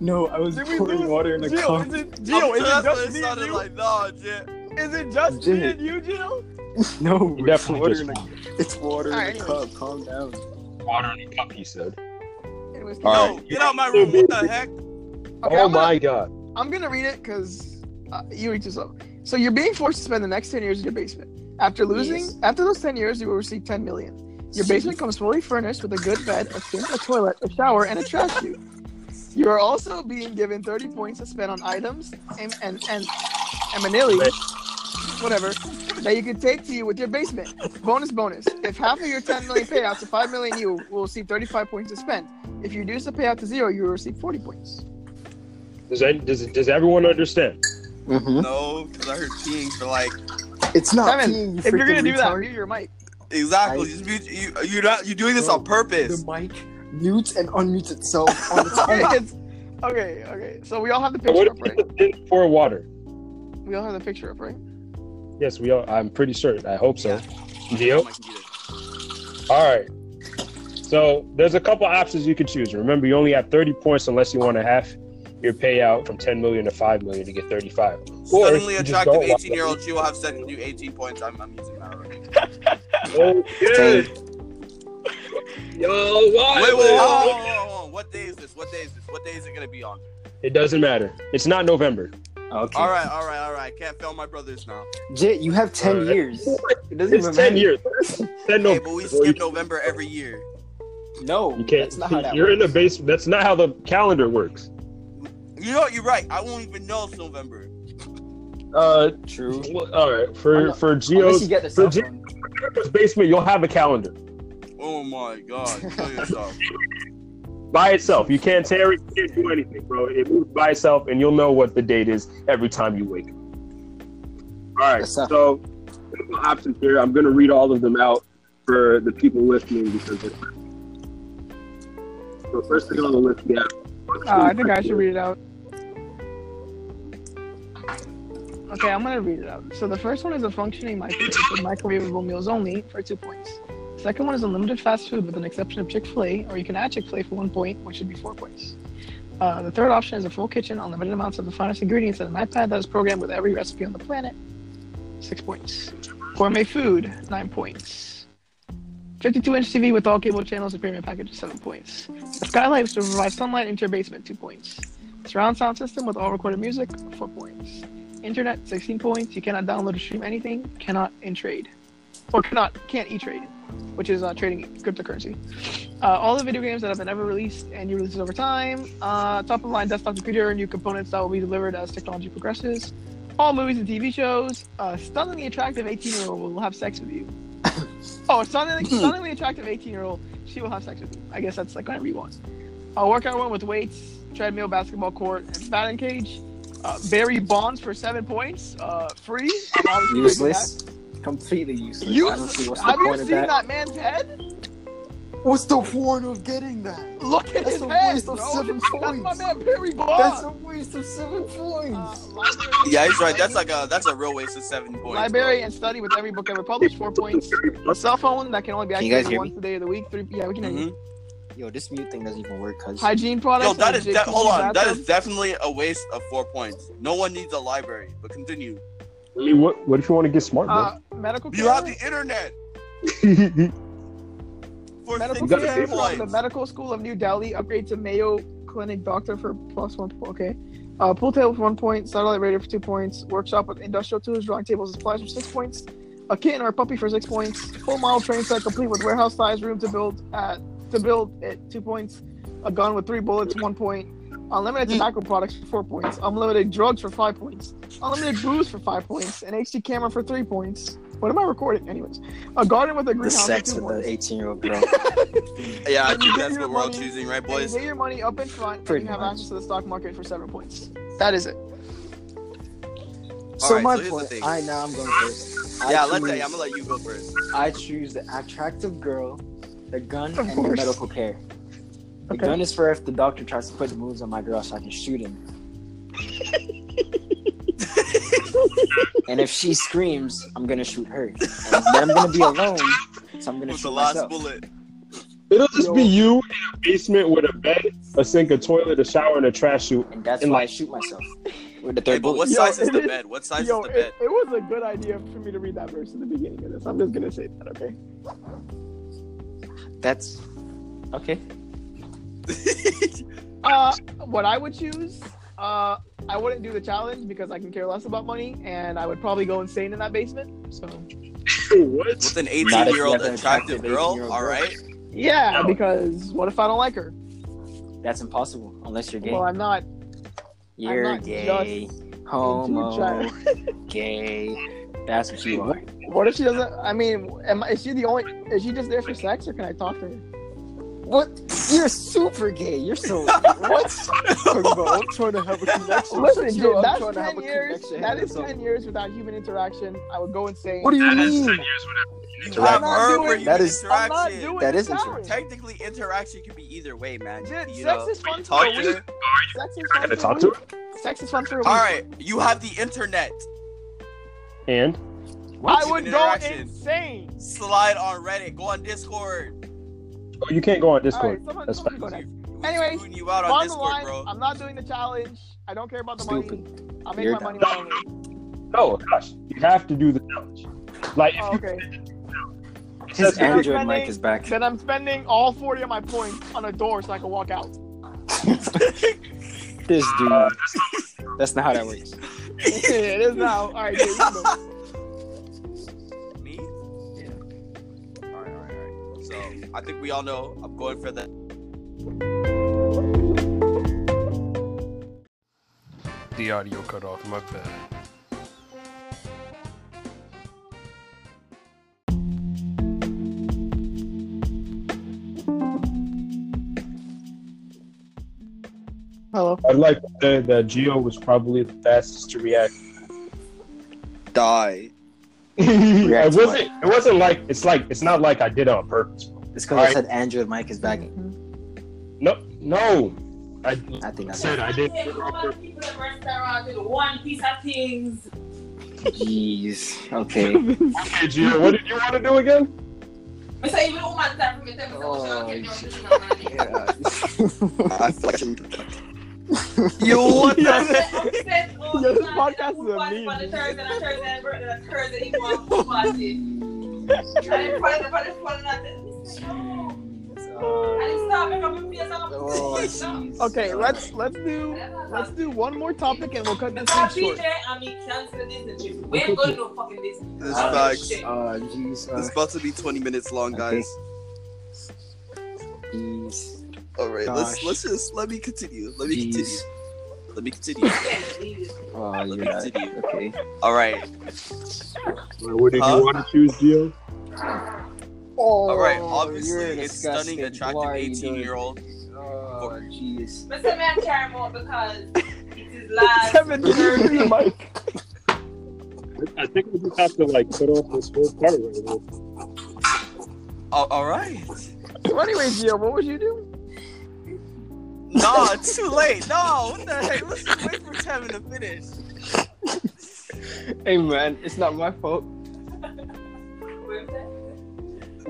Speaker 3: No, I was
Speaker 2: Did we pouring lose-
Speaker 3: water
Speaker 2: Gio, is it
Speaker 4: I'm
Speaker 2: Gio, is
Speaker 4: sure
Speaker 2: it
Speaker 4: that's what it
Speaker 2: just me and
Speaker 4: sounded
Speaker 2: you?
Speaker 4: like. Nah, Jit.
Speaker 2: Is it just me and you, Gio?
Speaker 3: No,
Speaker 5: You definitely water in a-
Speaker 3: it's water
Speaker 2: in a Alright. cup,
Speaker 3: Calm down.
Speaker 5: water in a cup, he said.
Speaker 2: Anyways,
Speaker 3: All
Speaker 4: No, get out my room. What the heck?
Speaker 2: Okay,
Speaker 1: oh
Speaker 2: I'm gonna-
Speaker 1: my god,
Speaker 2: I'm gonna read it because uh, you read this up. So you're being forced to spend the next ten years in your basement. After losing,
Speaker 3: Yes.
Speaker 2: after those ten years, you will receive ten million. Your basement comes fully furnished with a good bed, a sink, a toilet, a shower, and a trash chute. You are also being given thirty points to spend on items and and and, and manili, whatever, that you can take to you with your basement. Bonus, bonus. If half of your ten million payouts to five million, you will receive thirty-five points to spend. If you reduce the payout to zero, you will receive forty points.
Speaker 1: does that, does does everyone understand?
Speaker 3: Mm-hmm.
Speaker 4: No, because I heard peeing for like
Speaker 3: It's not
Speaker 2: Simon,
Speaker 3: peeing, you
Speaker 2: If you're
Speaker 3: freaking
Speaker 2: gonna do that,
Speaker 3: retard.
Speaker 2: mute your mic.
Speaker 4: exactly.
Speaker 3: I-
Speaker 4: Just mute- you, you're not. You're doing this on purpose.
Speaker 3: the mic mutes and unmutes *laughs* itself
Speaker 2: *laughs*
Speaker 3: on its
Speaker 2: Okay,
Speaker 3: own.
Speaker 2: it's- okay, okay. So we all have the
Speaker 1: What
Speaker 2: picture up,
Speaker 1: if
Speaker 2: right?
Speaker 1: you didn't pour water?
Speaker 2: We all have the picture up, right?
Speaker 1: Yes, we all. I'm pretty sure. I hope so. Yep.
Speaker 4: On Oh my computer.
Speaker 1: All right. So there's a couple options you can choose. Remember, you only have 30 points unless you want to half your payout from 10 million to 5 million to get 35. Or
Speaker 4: Suddenly
Speaker 1: you just
Speaker 4: attractive
Speaker 1: don't want
Speaker 4: 18 year old, she will have sex with you 18 points. I'm, I'm using
Speaker 1: *laughs*
Speaker 4: that already. Wait,
Speaker 1: Oh,
Speaker 5: Okay. Yo, why?
Speaker 4: wait, wait, wait, wait, wait, wait. What day is this? What day is this? What day is it gonna be on?
Speaker 1: It doesn't matter. It's not November.
Speaker 3: Okay.
Speaker 4: All right, all right, all right. Can't fail my brothers now.
Speaker 3: Jit, you have 10
Speaker 1: Alright.
Speaker 3: years. It doesn't
Speaker 1: It's
Speaker 3: even
Speaker 1: 10
Speaker 3: matter.
Speaker 1: years. 10
Speaker 4: Hey,
Speaker 1: November.
Speaker 4: but we
Speaker 1: You
Speaker 4: skip November every year.
Speaker 3: No,
Speaker 1: can't.
Speaker 3: that's not how that
Speaker 1: you're in the
Speaker 3: works.
Speaker 1: basement. That's not how the calendar works.
Speaker 4: You know what? You're right. I won't even know it's November.
Speaker 1: Uh,
Speaker 3: True.
Speaker 1: well, all right. For
Speaker 3: Unless-
Speaker 1: for
Speaker 3: Unless you
Speaker 1: Geo's
Speaker 3: get the
Speaker 1: for
Speaker 3: cell
Speaker 1: Gio-
Speaker 3: phone.
Speaker 1: basement, you'll have a calendar
Speaker 4: Oh my god. Kill yourself.
Speaker 1: by itself. You can't tear it. You can't do anything, bro. It moves by itself, and you'll know what the date is every time you wake up. All right.
Speaker 3: Yes, sir.
Speaker 1: So, couple options here. I'm going to read all of them out for the people listening because. They're... So first thing on the list, we have.
Speaker 2: Uh, I think I should read it out. Okay, I'm gonna read it out. So the first one is a functioning microwave with microwavable meals only for two points. Second one is unlimited fast food with an exception of Chick Fil A, or you can add Chick Fil A for one point, which should be four points. Uh, the third option is a full kitchen, unlimited amounts of the finest ingredients, and an iPad that is programmed with every recipe on the planet. Six points. Gourmet food, nine points. 52 inch TV with all cable channels and premium package, seven points. Skylights to provide sunlight into your basement, two points. Surround sound system with all recorded music, four points. Internet, 16 points. You cannot download or stream anything. Cannot in trade. Or cannot, can't e trade, which is uh, trading cryptocurrency uh, all the video games that have been ever released and new releases over time, uh, top of line desktop computer, new components that will be delivered as technology progresses, all movies and TV shows, a stunningly attractive 18 year old will have sex with you. *coughs* oh, a stunningly, stunningly attractive 18 year old, she will have sex with you. I guess that's like whatever you want. A workout one with weights, treadmill, basketball court, and batting cage. Uh, Barry Bonds for seven points, uh, free. I'm obviously taking
Speaker 3: Useless. Completely
Speaker 2: that.
Speaker 3: useless. I don't see
Speaker 2: Useless.
Speaker 3: what's the
Speaker 2: Have you
Speaker 3: point of
Speaker 2: seen
Speaker 3: that.
Speaker 2: that man's head?
Speaker 7: What's the point of getting that?
Speaker 2: Look at
Speaker 7: That's
Speaker 2: his
Speaker 7: a
Speaker 2: head,
Speaker 7: waste
Speaker 2: bro.
Speaker 7: of seven
Speaker 2: That's my
Speaker 7: points.
Speaker 2: man Perry
Speaker 7: That's
Speaker 2: Bond.
Speaker 7: a waste of seven points.
Speaker 4: *laughs*
Speaker 2: Uh,
Speaker 4: Yeah, he's right. That's like a that's a real waste of seven points. bro.
Speaker 2: Library and study with every book ever published, four points. A cell phone that can only be
Speaker 3: Can you guys
Speaker 2: activated
Speaker 3: hear
Speaker 2: once a day of the week, three. Yeah, we can. hear you.
Speaker 4: Mhm.
Speaker 3: Yo, this mute thing doesn't even work, cause
Speaker 2: Hygiene products.
Speaker 4: Yo, that
Speaker 2: and
Speaker 4: is that.
Speaker 2: jacuzzi
Speaker 4: Hold on, that
Speaker 2: bathtubs.
Speaker 4: is definitely a waste of four points. No one needs a library. But continue.
Speaker 1: I mean, what what if you want to get smart, bro?
Speaker 2: Uh, medical care.
Speaker 4: You have the internet for
Speaker 2: medical
Speaker 1: You got the
Speaker 2: care
Speaker 4: sixteen
Speaker 1: paper.
Speaker 2: from the
Speaker 4: points.
Speaker 2: medical school of New Delhi. Upgrade to Mayo Clinic doctor for plus one. po- Okay. Uh, pool table for one point. Satellite radio for two points. Workshop with industrial tools, drawing tables, and supplies for six points. A kitten or a puppy for six points. Full model train set complete with warehouse size room to build at to build at two points. A gun with three bullets, one point. Unlimited
Speaker 3: Hmm.
Speaker 2: tobacco products for four points. Unlimited drugs for five points. Unlimited booze for five points. An HD camera for three points. What am I recording? Anyways, a garden with a
Speaker 3: the
Speaker 2: greenhouse. for
Speaker 3: sex
Speaker 2: two
Speaker 3: with
Speaker 2: points.
Speaker 3: the 18 year old girl.
Speaker 4: Yeah, I
Speaker 2: And you
Speaker 4: think
Speaker 2: get
Speaker 4: that's
Speaker 2: your
Speaker 4: what we're all
Speaker 2: money,
Speaker 4: choosing, right,
Speaker 2: And you
Speaker 4: boys?
Speaker 2: pay your money up in front, and
Speaker 3: Pretty
Speaker 2: you have
Speaker 3: much.
Speaker 2: access to the stock market for seven points. That is it.
Speaker 7: so
Speaker 4: right, so
Speaker 7: my
Speaker 4: here's the
Speaker 7: point.
Speaker 4: thing.
Speaker 7: I know I'm going first. I
Speaker 4: Yeah, let's
Speaker 7: choose-
Speaker 4: say I'm gonna let you go first.
Speaker 7: I choose the attractive girl,
Speaker 3: the gun
Speaker 2: Of
Speaker 3: and the
Speaker 2: course.
Speaker 3: medical care. The
Speaker 2: Okay.
Speaker 3: gun is for if the doctor tries to put moves on my girl so I can shoot him. and if she screams, I'm gonna shoot her. And then I'm gonna be alone, so I'm gonna
Speaker 4: With
Speaker 3: shoot
Speaker 4: the last
Speaker 3: myself.
Speaker 4: bullet.
Speaker 1: *laughs* It'll just be you in a basement with a bed, a sink, a toilet, a shower, and a trash chute. *laughs*
Speaker 3: And that's
Speaker 1: And
Speaker 3: why I
Speaker 1: like-
Speaker 3: shoot myself with the
Speaker 4: Hey,
Speaker 3: third
Speaker 4: but
Speaker 3: bullet.
Speaker 4: what
Speaker 2: Yo,
Speaker 4: size is
Speaker 2: it
Speaker 4: the
Speaker 2: is-
Speaker 4: bed? What size is
Speaker 2: Yo,
Speaker 4: the
Speaker 2: it,
Speaker 4: bed?
Speaker 2: it was a good idea for me to read that verse in the beginning of this. I'm just gonna say that, okay?
Speaker 3: That's okay.
Speaker 2: Uh, what I would choose, uh, I wouldn't do the challenge because I can care less about money, and I would probably go insane in that basement. So
Speaker 1: what?
Speaker 4: With an
Speaker 3: Not if you
Speaker 4: 18-year-old
Speaker 3: have an
Speaker 4: attractive
Speaker 3: attractive
Speaker 4: girl,
Speaker 3: 18-year-old
Speaker 4: all right?
Speaker 2: yeah,
Speaker 1: No.
Speaker 2: because what if I don't like her?
Speaker 3: That's impossible unless you're gay.
Speaker 2: Well, I'm not.
Speaker 3: you're
Speaker 2: not
Speaker 3: gay, homo, gay. That's what you are.
Speaker 2: What if she doesn't? I mean, am I, is she the only? Is she just there for sex, or can I talk to her?
Speaker 3: What? You're super gay. You're
Speaker 7: *laughs*
Speaker 3: so what?
Speaker 7: talking about, I'm trying to have a connection.
Speaker 2: Listen,
Speaker 7: Yo,
Speaker 2: dude,
Speaker 7: I'm
Speaker 2: that's
Speaker 7: trying to have
Speaker 2: ten
Speaker 7: a
Speaker 2: years.
Speaker 7: connection.
Speaker 2: That is
Speaker 7: So-
Speaker 2: ten years without human interaction. I would go insane.
Speaker 7: What do you
Speaker 2: *laughs*
Speaker 7: mean?
Speaker 4: You
Speaker 3: Right.
Speaker 4: have
Speaker 2: I'm not
Speaker 4: her
Speaker 2: doing-
Speaker 4: for you
Speaker 3: That is-
Speaker 2: I'm not
Speaker 4: interaction.
Speaker 2: doing
Speaker 3: That
Speaker 2: the
Speaker 3: is
Speaker 2: challenge.
Speaker 3: interesting.
Speaker 4: Technically, interaction can be either way, man.
Speaker 2: Dude,
Speaker 4: You
Speaker 2: sex
Speaker 4: know,
Speaker 2: is fun for
Speaker 4: *laughs* talk
Speaker 2: a
Speaker 4: to
Speaker 2: week.
Speaker 4: her.
Speaker 2: Sex is
Speaker 1: I
Speaker 2: fun
Speaker 1: gotta
Speaker 2: for
Speaker 1: talk
Speaker 2: a
Speaker 1: to
Speaker 2: week. Sex is fun for a week.
Speaker 4: All right, you have the internet.
Speaker 1: And
Speaker 2: I
Speaker 4: Human
Speaker 2: would go
Speaker 4: interaction.
Speaker 2: insane.
Speaker 4: Slide on Reddit. Go on Discord.
Speaker 1: oh, you can't go on
Speaker 2: All right,
Speaker 1: Discord.
Speaker 2: someone,
Speaker 1: That's
Speaker 2: someone go
Speaker 1: fine.
Speaker 2: next.
Speaker 4: We
Speaker 2: Anyways,
Speaker 4: screwing you out on
Speaker 2: Bottom
Speaker 4: Discord,
Speaker 2: line,
Speaker 4: bro.
Speaker 2: I'm not doing the challenge. I don't care about the
Speaker 3: Stupid.
Speaker 2: money. I'll make
Speaker 3: You're
Speaker 2: my
Speaker 3: dumb.
Speaker 2: money my own way.
Speaker 1: No, gosh, you have to do the challenge.
Speaker 4: *laughs*
Speaker 1: Like, if
Speaker 2: Oh,
Speaker 1: you
Speaker 2: okay.
Speaker 3: His
Speaker 1: said that-
Speaker 2: Andrew.
Speaker 3: Android mic is back.
Speaker 2: Then I'm spending all 40 of my points on a door so I can walk
Speaker 4: *laughs*
Speaker 2: out. *laughs*
Speaker 3: This dude. That's not how that works.
Speaker 2: it is now. All right, dude, you go.
Speaker 4: Me? Yeah. All right, all right, all right. So I think we all know I'm going for *laughs* the
Speaker 8: The audio cut off, my bad.
Speaker 2: Hello.
Speaker 1: I'd like to say that Geo was probably the fastest to react.
Speaker 4: die.
Speaker 1: it
Speaker 3: React to
Speaker 1: wasn't. It wasn't like it's like it's not like I did it on purpose. Bro.
Speaker 3: It's because I
Speaker 1: Alright.
Speaker 3: said Android mic is back.
Speaker 1: No, no. I
Speaker 3: I think that's
Speaker 1: said I did.
Speaker 9: One piece of things.
Speaker 3: Jeez. Okay.
Speaker 1: Okay, Gio, what did you want to do again?
Speaker 9: I say even woman that from it.
Speaker 3: Oh,
Speaker 9: Oh,
Speaker 3: yeah.
Speaker 7: *laughs*
Speaker 4: I feel like I should Yo, what the
Speaker 9: "Oh,
Speaker 2: Yo,
Speaker 4: heck?
Speaker 2: *laughs* Yo, this podcast is amazing.
Speaker 7: Oh, I see.
Speaker 2: Okay, let's let's do let's do one more topic and we'll cut this one short.
Speaker 4: This
Speaker 9: Oh,
Speaker 7: Uh,
Speaker 4: facts.
Speaker 7: Uh, jeez.
Speaker 4: *laughs* It's
Speaker 7: Uh,
Speaker 4: about to be 20 minutes long,
Speaker 3: Okay.
Speaker 4: guys. All right, let's
Speaker 7: Gosh.
Speaker 4: let's just let me continue. Let me
Speaker 3: Jeez.
Speaker 4: continue. Let me *laughs* continue.
Speaker 3: Oh, you're
Speaker 4: Let me
Speaker 3: right.
Speaker 4: continue.
Speaker 3: Okay.
Speaker 4: All right,
Speaker 1: What did
Speaker 4: Huh?
Speaker 1: you want to choose, Gio?
Speaker 2: Oh,
Speaker 4: all right.
Speaker 7: Oh,
Speaker 4: Obviously,
Speaker 7: you're
Speaker 4: it's stunning,
Speaker 7: disgusting.
Speaker 4: attractive
Speaker 7: Why are you
Speaker 4: 18 year old.
Speaker 7: oh, jeez.
Speaker 2: *laughs* Seven years,
Speaker 1: *laughs*
Speaker 2: Mike.
Speaker 1: I think we just have to like cut off this whole part right now.
Speaker 4: All right.
Speaker 2: So anyway, Gio, what would you do?
Speaker 4: No, it's too late. No, what the heck? Let's just wait for Tevin to finish. *laughs*
Speaker 7: Hey, man, it's not my fault.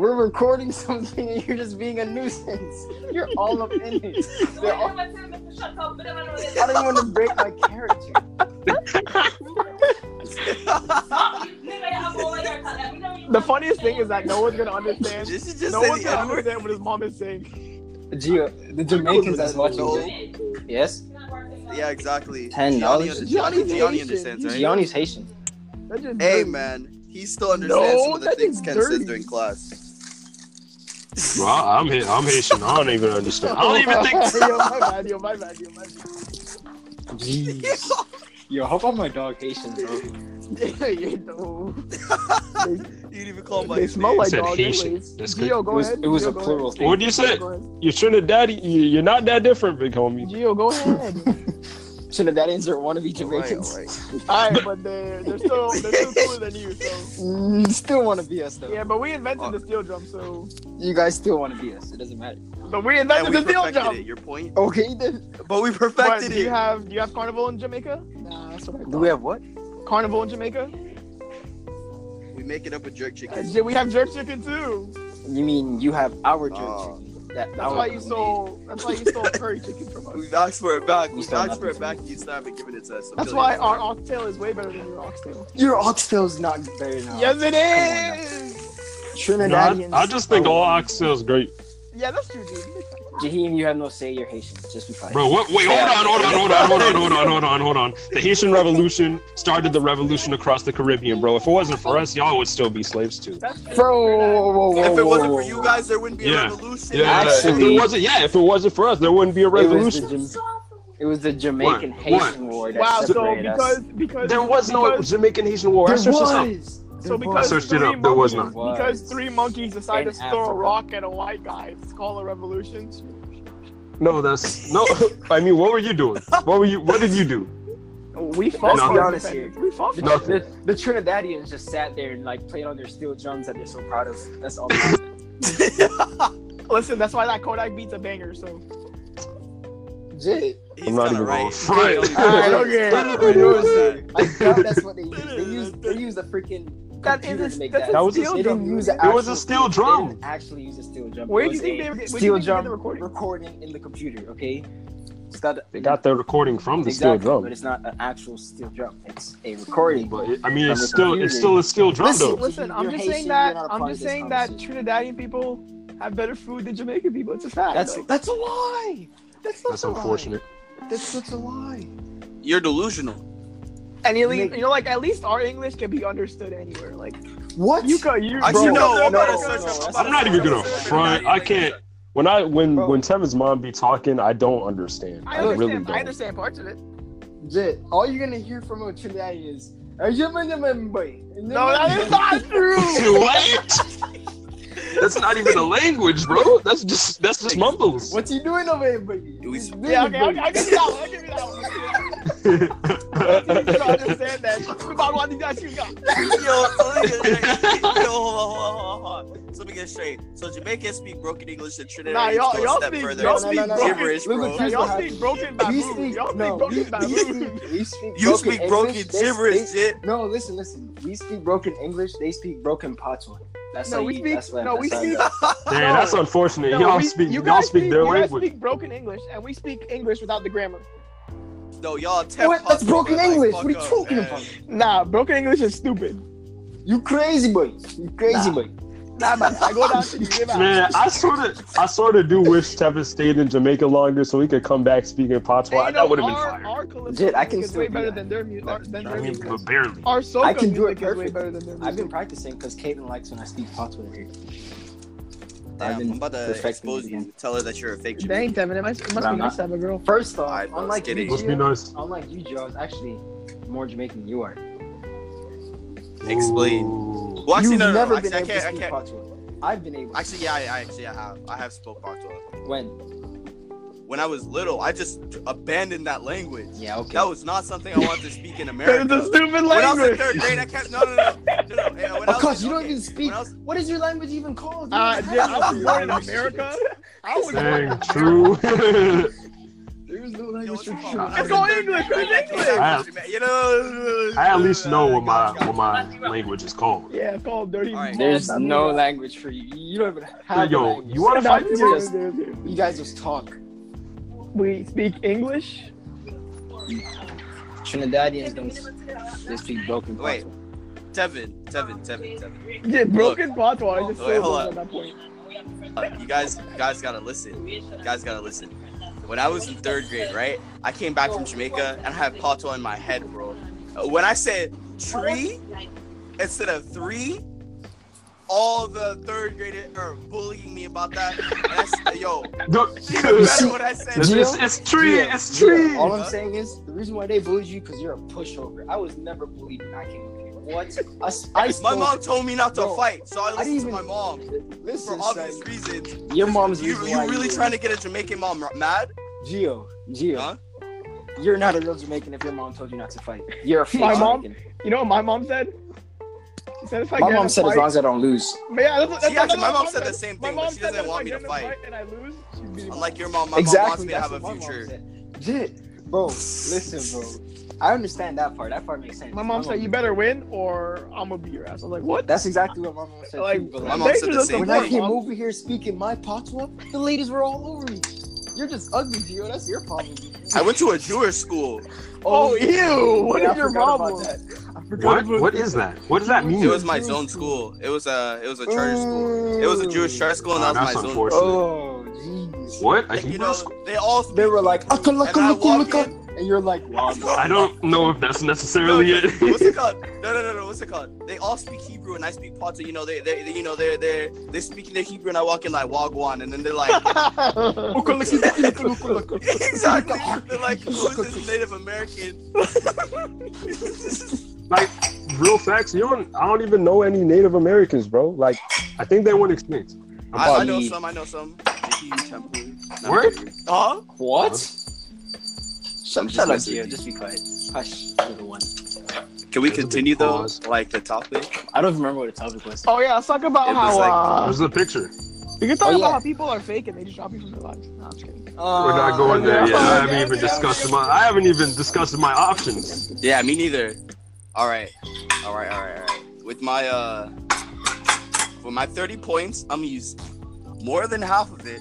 Speaker 7: We're recording *laughs* something and you're just being a nuisance. You're
Speaker 3: *laughs*
Speaker 7: all up in it. I don't want to break my character.
Speaker 2: The funniest thing is that no one's gonna understand.
Speaker 4: This is just
Speaker 2: No
Speaker 4: say
Speaker 2: one's
Speaker 4: the
Speaker 2: gonna
Speaker 4: N-word.
Speaker 2: understand what his mom is saying.
Speaker 3: uh,
Speaker 7: Gio, the Jamaicans that's watching this. Yes?
Speaker 4: Yeah, exactly.
Speaker 3: Ten
Speaker 4: Gianni,
Speaker 3: dollars.
Speaker 4: understands-
Speaker 2: Gianni's
Speaker 4: Gianni
Speaker 2: Asian.
Speaker 4: understands, right?
Speaker 3: Gianni's Haitian.
Speaker 2: That just
Speaker 4: Hey,
Speaker 2: dirty.
Speaker 4: man, he still understands some of the
Speaker 2: that
Speaker 4: things
Speaker 2: is
Speaker 4: Ken
Speaker 2: dirty.
Speaker 4: says during class.
Speaker 1: Bro,
Speaker 4: *laughs*
Speaker 1: I- I'm Ha- I'm Haitian. I don't even understand. I don't even
Speaker 2: *laughs*
Speaker 1: think.
Speaker 2: yo, my bad, yo, my bad, yo, my
Speaker 3: Jeez. *laughs* Yo, how about my dog Haitian, bro?
Speaker 2: bad. *laughs* Yeah, yo.
Speaker 4: You didn't even call him by
Speaker 2: They
Speaker 4: his
Speaker 2: smell
Speaker 4: name.
Speaker 2: like
Speaker 1: said
Speaker 2: dogs.
Speaker 1: Haitian.
Speaker 2: anyways.
Speaker 1: That's good.
Speaker 2: Gio,
Speaker 3: It
Speaker 2: go
Speaker 3: was,
Speaker 2: ahead.
Speaker 3: it was
Speaker 2: Gio,
Speaker 3: a
Speaker 2: go
Speaker 3: plural thing.
Speaker 1: What do you say? *laughs*
Speaker 2: ahead. Go ahead.
Speaker 1: You're Trinidadian. you- You're not that different, big homie.
Speaker 2: Gio, go
Speaker 1: *laughs*
Speaker 2: ahead.
Speaker 3: Trinidadians are one of each
Speaker 4: All right, all
Speaker 3: Jamaicans.
Speaker 4: right.
Speaker 2: Alright, but they're they're still they're still
Speaker 4: *laughs*
Speaker 2: cooler than you, so
Speaker 3: Mm,
Speaker 7: *laughs*
Speaker 3: still want to be us though.
Speaker 2: yeah, but we invented the steel drum, so
Speaker 3: You guys still want to be us. It doesn't matter.
Speaker 2: but we
Speaker 4: And
Speaker 2: invented
Speaker 4: we
Speaker 2: the steel
Speaker 4: perfected
Speaker 2: drum.
Speaker 4: it. Your point,
Speaker 3: Okay then.
Speaker 4: but we
Speaker 2: But
Speaker 4: perfected
Speaker 2: do you
Speaker 4: it.
Speaker 2: have do you have carnival in Jamaica? Nah, that's what I
Speaker 3: Do we have what?
Speaker 2: thought. Carnival in Jamaica?
Speaker 4: We make it up with jerk
Speaker 2: Uh,
Speaker 4: chicken.
Speaker 2: yeah, we have jerk chicken too.
Speaker 3: You mean you have our jerk
Speaker 4: Oh.
Speaker 3: chicken? That
Speaker 2: That's
Speaker 3: our
Speaker 2: why you stole that's why you stole curry chicken from
Speaker 4: *laughs*
Speaker 2: us.
Speaker 4: We've asked for it back.
Speaker 3: We
Speaker 4: We've
Speaker 3: still
Speaker 4: asked for
Speaker 3: nothing.
Speaker 4: it back. You still haven't given it to us. I'm
Speaker 2: That's
Speaker 4: killing
Speaker 2: why
Speaker 4: you.
Speaker 2: our oxtail is way better than your oxtail.
Speaker 7: Your oxtail's not very now.
Speaker 2: yes it
Speaker 7: on
Speaker 2: is!
Speaker 1: No, I,
Speaker 7: Trinidadians.
Speaker 1: I just think
Speaker 7: oh,
Speaker 1: all oxtails great,
Speaker 2: Yeah, that's true, dude.
Speaker 3: Jaheim, you have no say. You're Haitian. Just be quiet.
Speaker 1: bro. What? Wait, hold on, hold on, hold on, hold on, hold on, hold on, hold on. The Haitian Revolution started the revolution across the Caribbean, bro. If it wasn't for us, y'all would still be slaves too.
Speaker 2: That's
Speaker 7: Bro, whoa, whoa, whoa,
Speaker 4: If it
Speaker 7: whoa,
Speaker 4: wasn't for
Speaker 7: whoa,
Speaker 4: you
Speaker 7: whoa.
Speaker 4: guys, there wouldn't be
Speaker 1: Yeah.
Speaker 4: a revolution.
Speaker 1: Yeah, if
Speaker 3: Actually-
Speaker 1: it wasn't, yeah, if it wasn't for us, there wouldn't be a
Speaker 3: It was,
Speaker 1: revolution.
Speaker 3: the Jam-
Speaker 6: Softly.
Speaker 3: it was the Jamaican Haitian war that
Speaker 2: Wow, so
Speaker 3: separated
Speaker 2: because
Speaker 3: us.
Speaker 2: because
Speaker 1: There was no
Speaker 2: because,
Speaker 1: Jamaican Haitian war. I
Speaker 7: There
Speaker 1: searched this up.
Speaker 7: was.
Speaker 2: so
Speaker 7: There
Speaker 2: because
Speaker 1: I searched it
Speaker 2: three
Speaker 1: up, there was
Speaker 2: monkeys-
Speaker 3: none.
Speaker 2: Because three monkeys decided
Speaker 3: In
Speaker 2: to throw a
Speaker 3: Africa.
Speaker 2: rock at a white guy, it's called a revolution.
Speaker 1: No, that's no. *laughs* I mean, what were you doing? What were you? What did you do?
Speaker 2: We fought
Speaker 1: Let's
Speaker 2: for
Speaker 1: be
Speaker 2: our
Speaker 3: honest
Speaker 2: independence. We fought for
Speaker 1: No.
Speaker 2: it.
Speaker 3: The, the Trinidadians just sat there and like played on their steel drums that they're so proud of. That's all.
Speaker 2: Listen, that's why that Kodak beats a banger. So
Speaker 7: Jit.
Speaker 4: He's
Speaker 1: I'm not
Speaker 4: kinda
Speaker 1: even
Speaker 4: right.
Speaker 1: going
Speaker 4: *laughs*
Speaker 1: front.
Speaker 4: He's
Speaker 7: Alright,
Speaker 1: *laughs*
Speaker 4: kinda
Speaker 2: okay.
Speaker 4: right.
Speaker 7: I know it's not. I doubt that's what they used. They used, they used a freaking
Speaker 2: that
Speaker 7: computer
Speaker 2: is
Speaker 7: to
Speaker 2: a,
Speaker 7: make
Speaker 2: that's
Speaker 7: that.
Speaker 2: a
Speaker 1: That was a-
Speaker 2: steel
Speaker 7: they
Speaker 2: drum.
Speaker 7: didn't use
Speaker 2: dude.
Speaker 7: an
Speaker 1: It was a
Speaker 7: actual-
Speaker 1: steel
Speaker 7: They
Speaker 1: drum.
Speaker 7: didn't actually use a steel drum.
Speaker 2: Where do
Speaker 7: It
Speaker 2: you
Speaker 7: was
Speaker 2: think
Speaker 7: a
Speaker 2: they were- where do you
Speaker 7: steel
Speaker 2: think they did
Speaker 7: drum
Speaker 2: the recording?
Speaker 7: recording in the computer? Okay, it's not
Speaker 1: They got their recording from the steel
Speaker 3: Exactly, but
Speaker 1: drum.
Speaker 3: it's not an actual steel drum. It's a recording.
Speaker 1: But it, I mean,
Speaker 3: From
Speaker 1: it's
Speaker 3: the
Speaker 1: still
Speaker 3: computer.
Speaker 1: it's still a steel drum
Speaker 7: Listen,
Speaker 1: though.
Speaker 2: Listen, I'm
Speaker 7: You're
Speaker 2: just
Speaker 7: Haitian,
Speaker 2: saying
Speaker 7: you're
Speaker 2: that
Speaker 7: not a
Speaker 2: I'm
Speaker 7: part of
Speaker 2: just
Speaker 7: this
Speaker 2: saying that Trinidadian people have better food than Jamaican people. It's a fact.
Speaker 3: That's
Speaker 2: Like,
Speaker 7: that's a lie. That's not
Speaker 1: That's
Speaker 7: a lie.
Speaker 1: unfortunate.
Speaker 7: That's such a lie.
Speaker 4: You're delusional.
Speaker 2: and you, leave-
Speaker 7: Nigga.
Speaker 2: you know, like at least our English can be understood anywhere. Like
Speaker 7: What?
Speaker 2: you go, you
Speaker 4: Actually,
Speaker 2: bro,
Speaker 4: no. I'm
Speaker 2: bro,
Speaker 4: about to
Speaker 7: no,
Speaker 4: search
Speaker 7: no,
Speaker 4: up-
Speaker 7: that's
Speaker 4: I'm
Speaker 1: I'm not even gonna
Speaker 4: search up
Speaker 1: front. I
Speaker 4: Trinidadian
Speaker 1: can't.
Speaker 4: language.
Speaker 1: When I when
Speaker 7: Bro.
Speaker 1: when Tevin's mom be talking, I don't understand.
Speaker 2: I
Speaker 1: I,
Speaker 2: understand.
Speaker 1: really
Speaker 2: I
Speaker 1: don't.
Speaker 2: understand parts of it.
Speaker 7: Jit. All you're gonna hear from a Trinidadian is. "Are you my name, boy?"
Speaker 2: No, that is not
Speaker 7: *laughs*
Speaker 2: true.
Speaker 1: *laughs* what? That's not even a language, bro. That's just that's just mumbles. *laughs*
Speaker 7: What you doing over here, baby?
Speaker 4: We-
Speaker 7: Just
Speaker 2: yeah, okay,
Speaker 7: doing it,
Speaker 2: I'll,
Speaker 7: baby.
Speaker 2: I'll give you that one. I'll give you that one. You don't
Speaker 1: Yo,
Speaker 2: understand that. But what did that you got?
Speaker 4: Yo, let me get
Speaker 1: *laughs*
Speaker 4: straight. Yo, hold on, hold on, hold on. So let me get straight. So Jamaicans speak broken English and Trinidadian
Speaker 2: Nah, y'all-
Speaker 4: go
Speaker 2: y'all
Speaker 4: a step
Speaker 2: speak-
Speaker 4: further.
Speaker 2: y'all
Speaker 4: and
Speaker 2: speak
Speaker 4: speak
Speaker 2: broken-
Speaker 4: gibberish,
Speaker 7: Listen,
Speaker 4: bro.
Speaker 7: Chris-
Speaker 2: Y'all speak broken
Speaker 7: We
Speaker 2: baboon.
Speaker 7: speak
Speaker 2: Y'all speak
Speaker 7: no.
Speaker 2: broken
Speaker 7: we, we
Speaker 2: baboon.
Speaker 7: speak, we speak
Speaker 4: You speak broken
Speaker 7: English, they-
Speaker 4: gibberish,
Speaker 7: they-
Speaker 4: shit.
Speaker 7: No, listen, listen. We speak broken English. They speak broken patois. That's
Speaker 2: No,
Speaker 7: how
Speaker 2: we
Speaker 7: you-
Speaker 2: speak-
Speaker 7: That's what,
Speaker 2: no, we
Speaker 7: that's how
Speaker 2: speak-
Speaker 7: you-
Speaker 1: Man, that's unfortunate.
Speaker 2: *laughs* No,
Speaker 1: y'all
Speaker 2: we-
Speaker 1: speak
Speaker 2: you
Speaker 1: y'all
Speaker 2: guys
Speaker 1: speak their
Speaker 2: you guys
Speaker 1: language.
Speaker 2: speak broken English, and we speak English without the grammar.
Speaker 4: No, y'all attempt
Speaker 7: What? That's
Speaker 4: hustling,
Speaker 7: broken
Speaker 4: but, like,
Speaker 7: English.
Speaker 4: fuck
Speaker 7: What are you
Speaker 4: up,
Speaker 7: talking
Speaker 4: man.
Speaker 7: about?
Speaker 2: Nah, broken English is stupid.
Speaker 7: You crazy boy. You crazy
Speaker 2: Nah.
Speaker 7: boy.
Speaker 2: Nah, man. I go
Speaker 1: *laughs*
Speaker 2: down
Speaker 7: *laughs*
Speaker 2: to the river.
Speaker 1: Man, I sort of, I sort of do wish Tevin stayed in Jamaica longer so he could come back speaking
Speaker 2: And,
Speaker 1: patois.
Speaker 2: you
Speaker 1: that
Speaker 2: know,
Speaker 1: would have been
Speaker 2: our-
Speaker 1: fire.
Speaker 2: Our calypso
Speaker 7: Jit, I can
Speaker 2: music is
Speaker 7: still
Speaker 2: way
Speaker 7: do
Speaker 2: better
Speaker 7: that.
Speaker 2: than their music. Than
Speaker 8: I
Speaker 2: their
Speaker 8: mean,
Speaker 2: music.
Speaker 8: but barely.
Speaker 2: Our soca
Speaker 7: I can do
Speaker 2: music
Speaker 7: it
Speaker 2: is way
Speaker 7: perfect.
Speaker 2: better than their music.
Speaker 7: I've been practicing because Caitlin likes when I speak patois with her.
Speaker 4: Damn,
Speaker 7: I've been
Speaker 4: I'm about to
Speaker 7: perfecting
Speaker 4: expose
Speaker 7: it
Speaker 4: you.
Speaker 7: again.
Speaker 4: Tell her that you're a
Speaker 2: *laughs*
Speaker 4: fake.
Speaker 2: Dang,
Speaker 4: Jamaican.
Speaker 2: Devin, it must, it must
Speaker 7: Nah,
Speaker 2: be
Speaker 7: nah.
Speaker 2: nice to have a girl.
Speaker 7: First off,
Speaker 4: I was
Speaker 7: unlike you,
Speaker 4: kidding.
Speaker 1: Let's be
Speaker 7: Gio,
Speaker 1: nice.
Speaker 7: unlike you, Joe, I was actually more Jamaican than you are.
Speaker 4: Explain.
Speaker 1: Ooh.
Speaker 4: Well, actually,
Speaker 7: You've
Speaker 4: no, no,
Speaker 7: never
Speaker 4: no. Actually,
Speaker 7: been
Speaker 4: I can't.
Speaker 7: able to
Speaker 4: I
Speaker 7: speak
Speaker 4: can't.
Speaker 7: patois. I've been able.
Speaker 4: Actually, yeah, I, I actually I have. I have spoke patois.
Speaker 7: when?
Speaker 4: When I was little, I just abandoned that language.
Speaker 7: Yeah, okay.
Speaker 4: That was not something I wanted to speak
Speaker 7: *laughs*
Speaker 2: It's
Speaker 4: in
Speaker 2: a
Speaker 4: America.
Speaker 2: stupid
Speaker 4: When I was in
Speaker 2: language.
Speaker 4: third grade, I kept no, no, no, no. no, no. When I
Speaker 7: Of
Speaker 4: was
Speaker 7: course,
Speaker 4: in-
Speaker 7: you don't
Speaker 4: okay,
Speaker 7: even speak.
Speaker 4: when I was-
Speaker 7: What is your language even called? You
Speaker 2: Uh,
Speaker 4: *laughs*
Speaker 7: don't
Speaker 2: Jit, I
Speaker 7: have
Speaker 2: was
Speaker 7: a
Speaker 2: born in *laughs*
Speaker 7: language.
Speaker 2: America. I was born in
Speaker 1: Dang,
Speaker 4: *laughs*
Speaker 1: true.
Speaker 7: There's no
Speaker 4: Yo,
Speaker 7: language
Speaker 4: what's
Speaker 7: for
Speaker 4: it
Speaker 7: Joe.
Speaker 4: called?
Speaker 2: It's all English,
Speaker 4: I- I can't-
Speaker 1: it's
Speaker 4: You know.
Speaker 1: I at least know what my
Speaker 4: Gotcha.
Speaker 1: what my language is called.
Speaker 2: Yeah, it's called dirty.
Speaker 4: All right.
Speaker 2: Mouth.
Speaker 7: There's
Speaker 2: That's
Speaker 7: no
Speaker 2: what-
Speaker 7: language for you. You don't even have a
Speaker 1: Yo,
Speaker 7: language.
Speaker 1: you want to
Speaker 2: That's
Speaker 1: fight?
Speaker 7: It's
Speaker 2: what-
Speaker 7: just- You guys just talk.
Speaker 2: We speak English.
Speaker 7: Trinidadians don't they speak broken
Speaker 4: Wait.
Speaker 7: patois.
Speaker 4: Tevin, Tevin, Tevin, Tevin.
Speaker 2: Yeah, broken patois. I just
Speaker 4: Wait,
Speaker 2: said
Speaker 4: hold
Speaker 2: that
Speaker 4: up.
Speaker 2: at that point.
Speaker 4: Uh, you guys, guys gotta listen. You guys gotta listen. When I was in third grade, right, I came back from Jamaica and I had patois in my head, bro. Uh, When I said tree instead of three, all the third graders are bullying me about that. And I said, *laughs* yo,
Speaker 1: *laughs*
Speaker 4: no matter
Speaker 1: It's,
Speaker 4: what I said.
Speaker 7: Gio?
Speaker 1: it's, it's tree.
Speaker 7: Gio,
Speaker 1: It's
Speaker 7: Gio,
Speaker 1: tree.
Speaker 7: all I'm saying is the reason why they bullied you because you're a pushover. I was never bullied. when I came up here. What? I, s- I
Speaker 4: My
Speaker 7: spoke-
Speaker 4: mom told me not to
Speaker 7: Bro,
Speaker 4: fight, so I
Speaker 7: I
Speaker 4: listened
Speaker 7: didn't
Speaker 4: to
Speaker 7: even.
Speaker 4: my mom for
Speaker 7: Listen,
Speaker 4: obvious
Speaker 7: son,
Speaker 4: reasons.
Speaker 7: your mom's
Speaker 4: You,
Speaker 7: reason
Speaker 4: you
Speaker 7: why
Speaker 4: really
Speaker 7: you're-
Speaker 4: trying to get a Jamaican mom r- mad?
Speaker 7: Gio, Gio,
Speaker 4: Huh?
Speaker 7: you're not a real Jamaican if your mom told you not to fight. You're a fake
Speaker 2: My mom-
Speaker 7: Jamaican.
Speaker 2: You know what my mom said? She said if I
Speaker 7: My
Speaker 2: get in
Speaker 7: mom
Speaker 2: a
Speaker 7: said as
Speaker 2: fight,
Speaker 7: long as I don't lose.
Speaker 2: But yeah, that's, that's,
Speaker 4: See, actually,
Speaker 2: that's
Speaker 4: my
Speaker 2: what
Speaker 4: mom said the same
Speaker 2: My
Speaker 4: thing,
Speaker 2: mom
Speaker 4: but she
Speaker 2: said that
Speaker 4: doesn't
Speaker 2: if
Speaker 4: want
Speaker 2: I
Speaker 4: me
Speaker 2: get
Speaker 4: to
Speaker 2: in a fight
Speaker 4: fight.
Speaker 2: and I lose, she'd beat me.
Speaker 4: Unlike your mom, my mom wants
Speaker 7: exactly.
Speaker 4: me to
Speaker 7: that's
Speaker 4: have a
Speaker 7: what my mom
Speaker 4: future.
Speaker 7: said. Jit, bro, listen, bro. I understand that part. That part makes sense.
Speaker 2: My mom said you better win or I'm gonna beat your ass. I was like, what?
Speaker 7: That's exactly what my mom said.
Speaker 2: Like,
Speaker 7: too, but
Speaker 4: My
Speaker 7: like-
Speaker 4: mom
Speaker 2: Thanks
Speaker 4: said the
Speaker 2: for
Speaker 4: same
Speaker 7: When
Speaker 2: support,
Speaker 7: I
Speaker 4: thing.
Speaker 7: came
Speaker 2: Mom.
Speaker 7: over here speaking my patois, the ladies were all over me. You're just ugly, Gio. That's your problem.
Speaker 4: I went to a Jewish school.
Speaker 2: *laughs* Oh, ew! What is
Speaker 7: yeah, I
Speaker 2: your
Speaker 7: forgot about
Speaker 2: problem?
Speaker 7: that.
Speaker 1: What? What is that? What does that mean?
Speaker 4: It was my zone school. It was a it was a charter school. It was a Jewish charter school, and
Speaker 1: Oh, that's
Speaker 4: that was my zone.
Speaker 1: unfortunate.
Speaker 7: Oh, jeez.
Speaker 1: What? A
Speaker 4: Like, you
Speaker 1: Hebrew
Speaker 4: know,
Speaker 1: school?
Speaker 4: they all
Speaker 7: They were like, aka
Speaker 4: And I
Speaker 7: laka
Speaker 4: walk
Speaker 7: luka luka, and you're like, wow, bro.
Speaker 1: Um, I don't know if that's
Speaker 4: No,
Speaker 1: necessarily it.
Speaker 4: what's it called? No, no, no, no. What's it called? They all speak Hebrew and I speak Pata. You know, they, they, they- you know, they're, they're, they're speaking their Hebrew and I walk in like Wagwan, and then they're like, exactly. They're like, who's this Native American?
Speaker 1: like *laughs* real facts. You don't. I don't even know any Native Americans, bro. Like, I think they went extinct. I'm
Speaker 4: I, I
Speaker 1: probably-
Speaker 4: know some. I know some. The huge temple. No,
Speaker 1: Word?
Speaker 4: I'm kidding. Huh?
Speaker 7: What?
Speaker 4: I'm
Speaker 7: *laughs* Shut,
Speaker 4: just
Speaker 7: shut up,
Speaker 4: messing
Speaker 7: Gio.
Speaker 4: with
Speaker 7: Just be quiet. Hush, little one.
Speaker 4: Can we
Speaker 1: There's a big
Speaker 4: continue though?
Speaker 1: pause.
Speaker 4: Like the topic?
Speaker 7: I don't even remember what the topic was.
Speaker 2: oh yeah, let's talk about
Speaker 4: It
Speaker 2: how
Speaker 4: was
Speaker 2: uh,
Speaker 1: There's a picture.
Speaker 2: we can talk
Speaker 7: Oh, yeah.
Speaker 2: about how people are fake and they just drop you from their lives. No, I'm just kidding.
Speaker 1: We're not going there yet. I
Speaker 7: yeah.
Speaker 1: haven't even discussed my. I haven't even discussed my options. *laughs*
Speaker 4: Yeah, me neither. All right, all right, all right, all right. With my uh, with my 30 points, I'm used more than half of it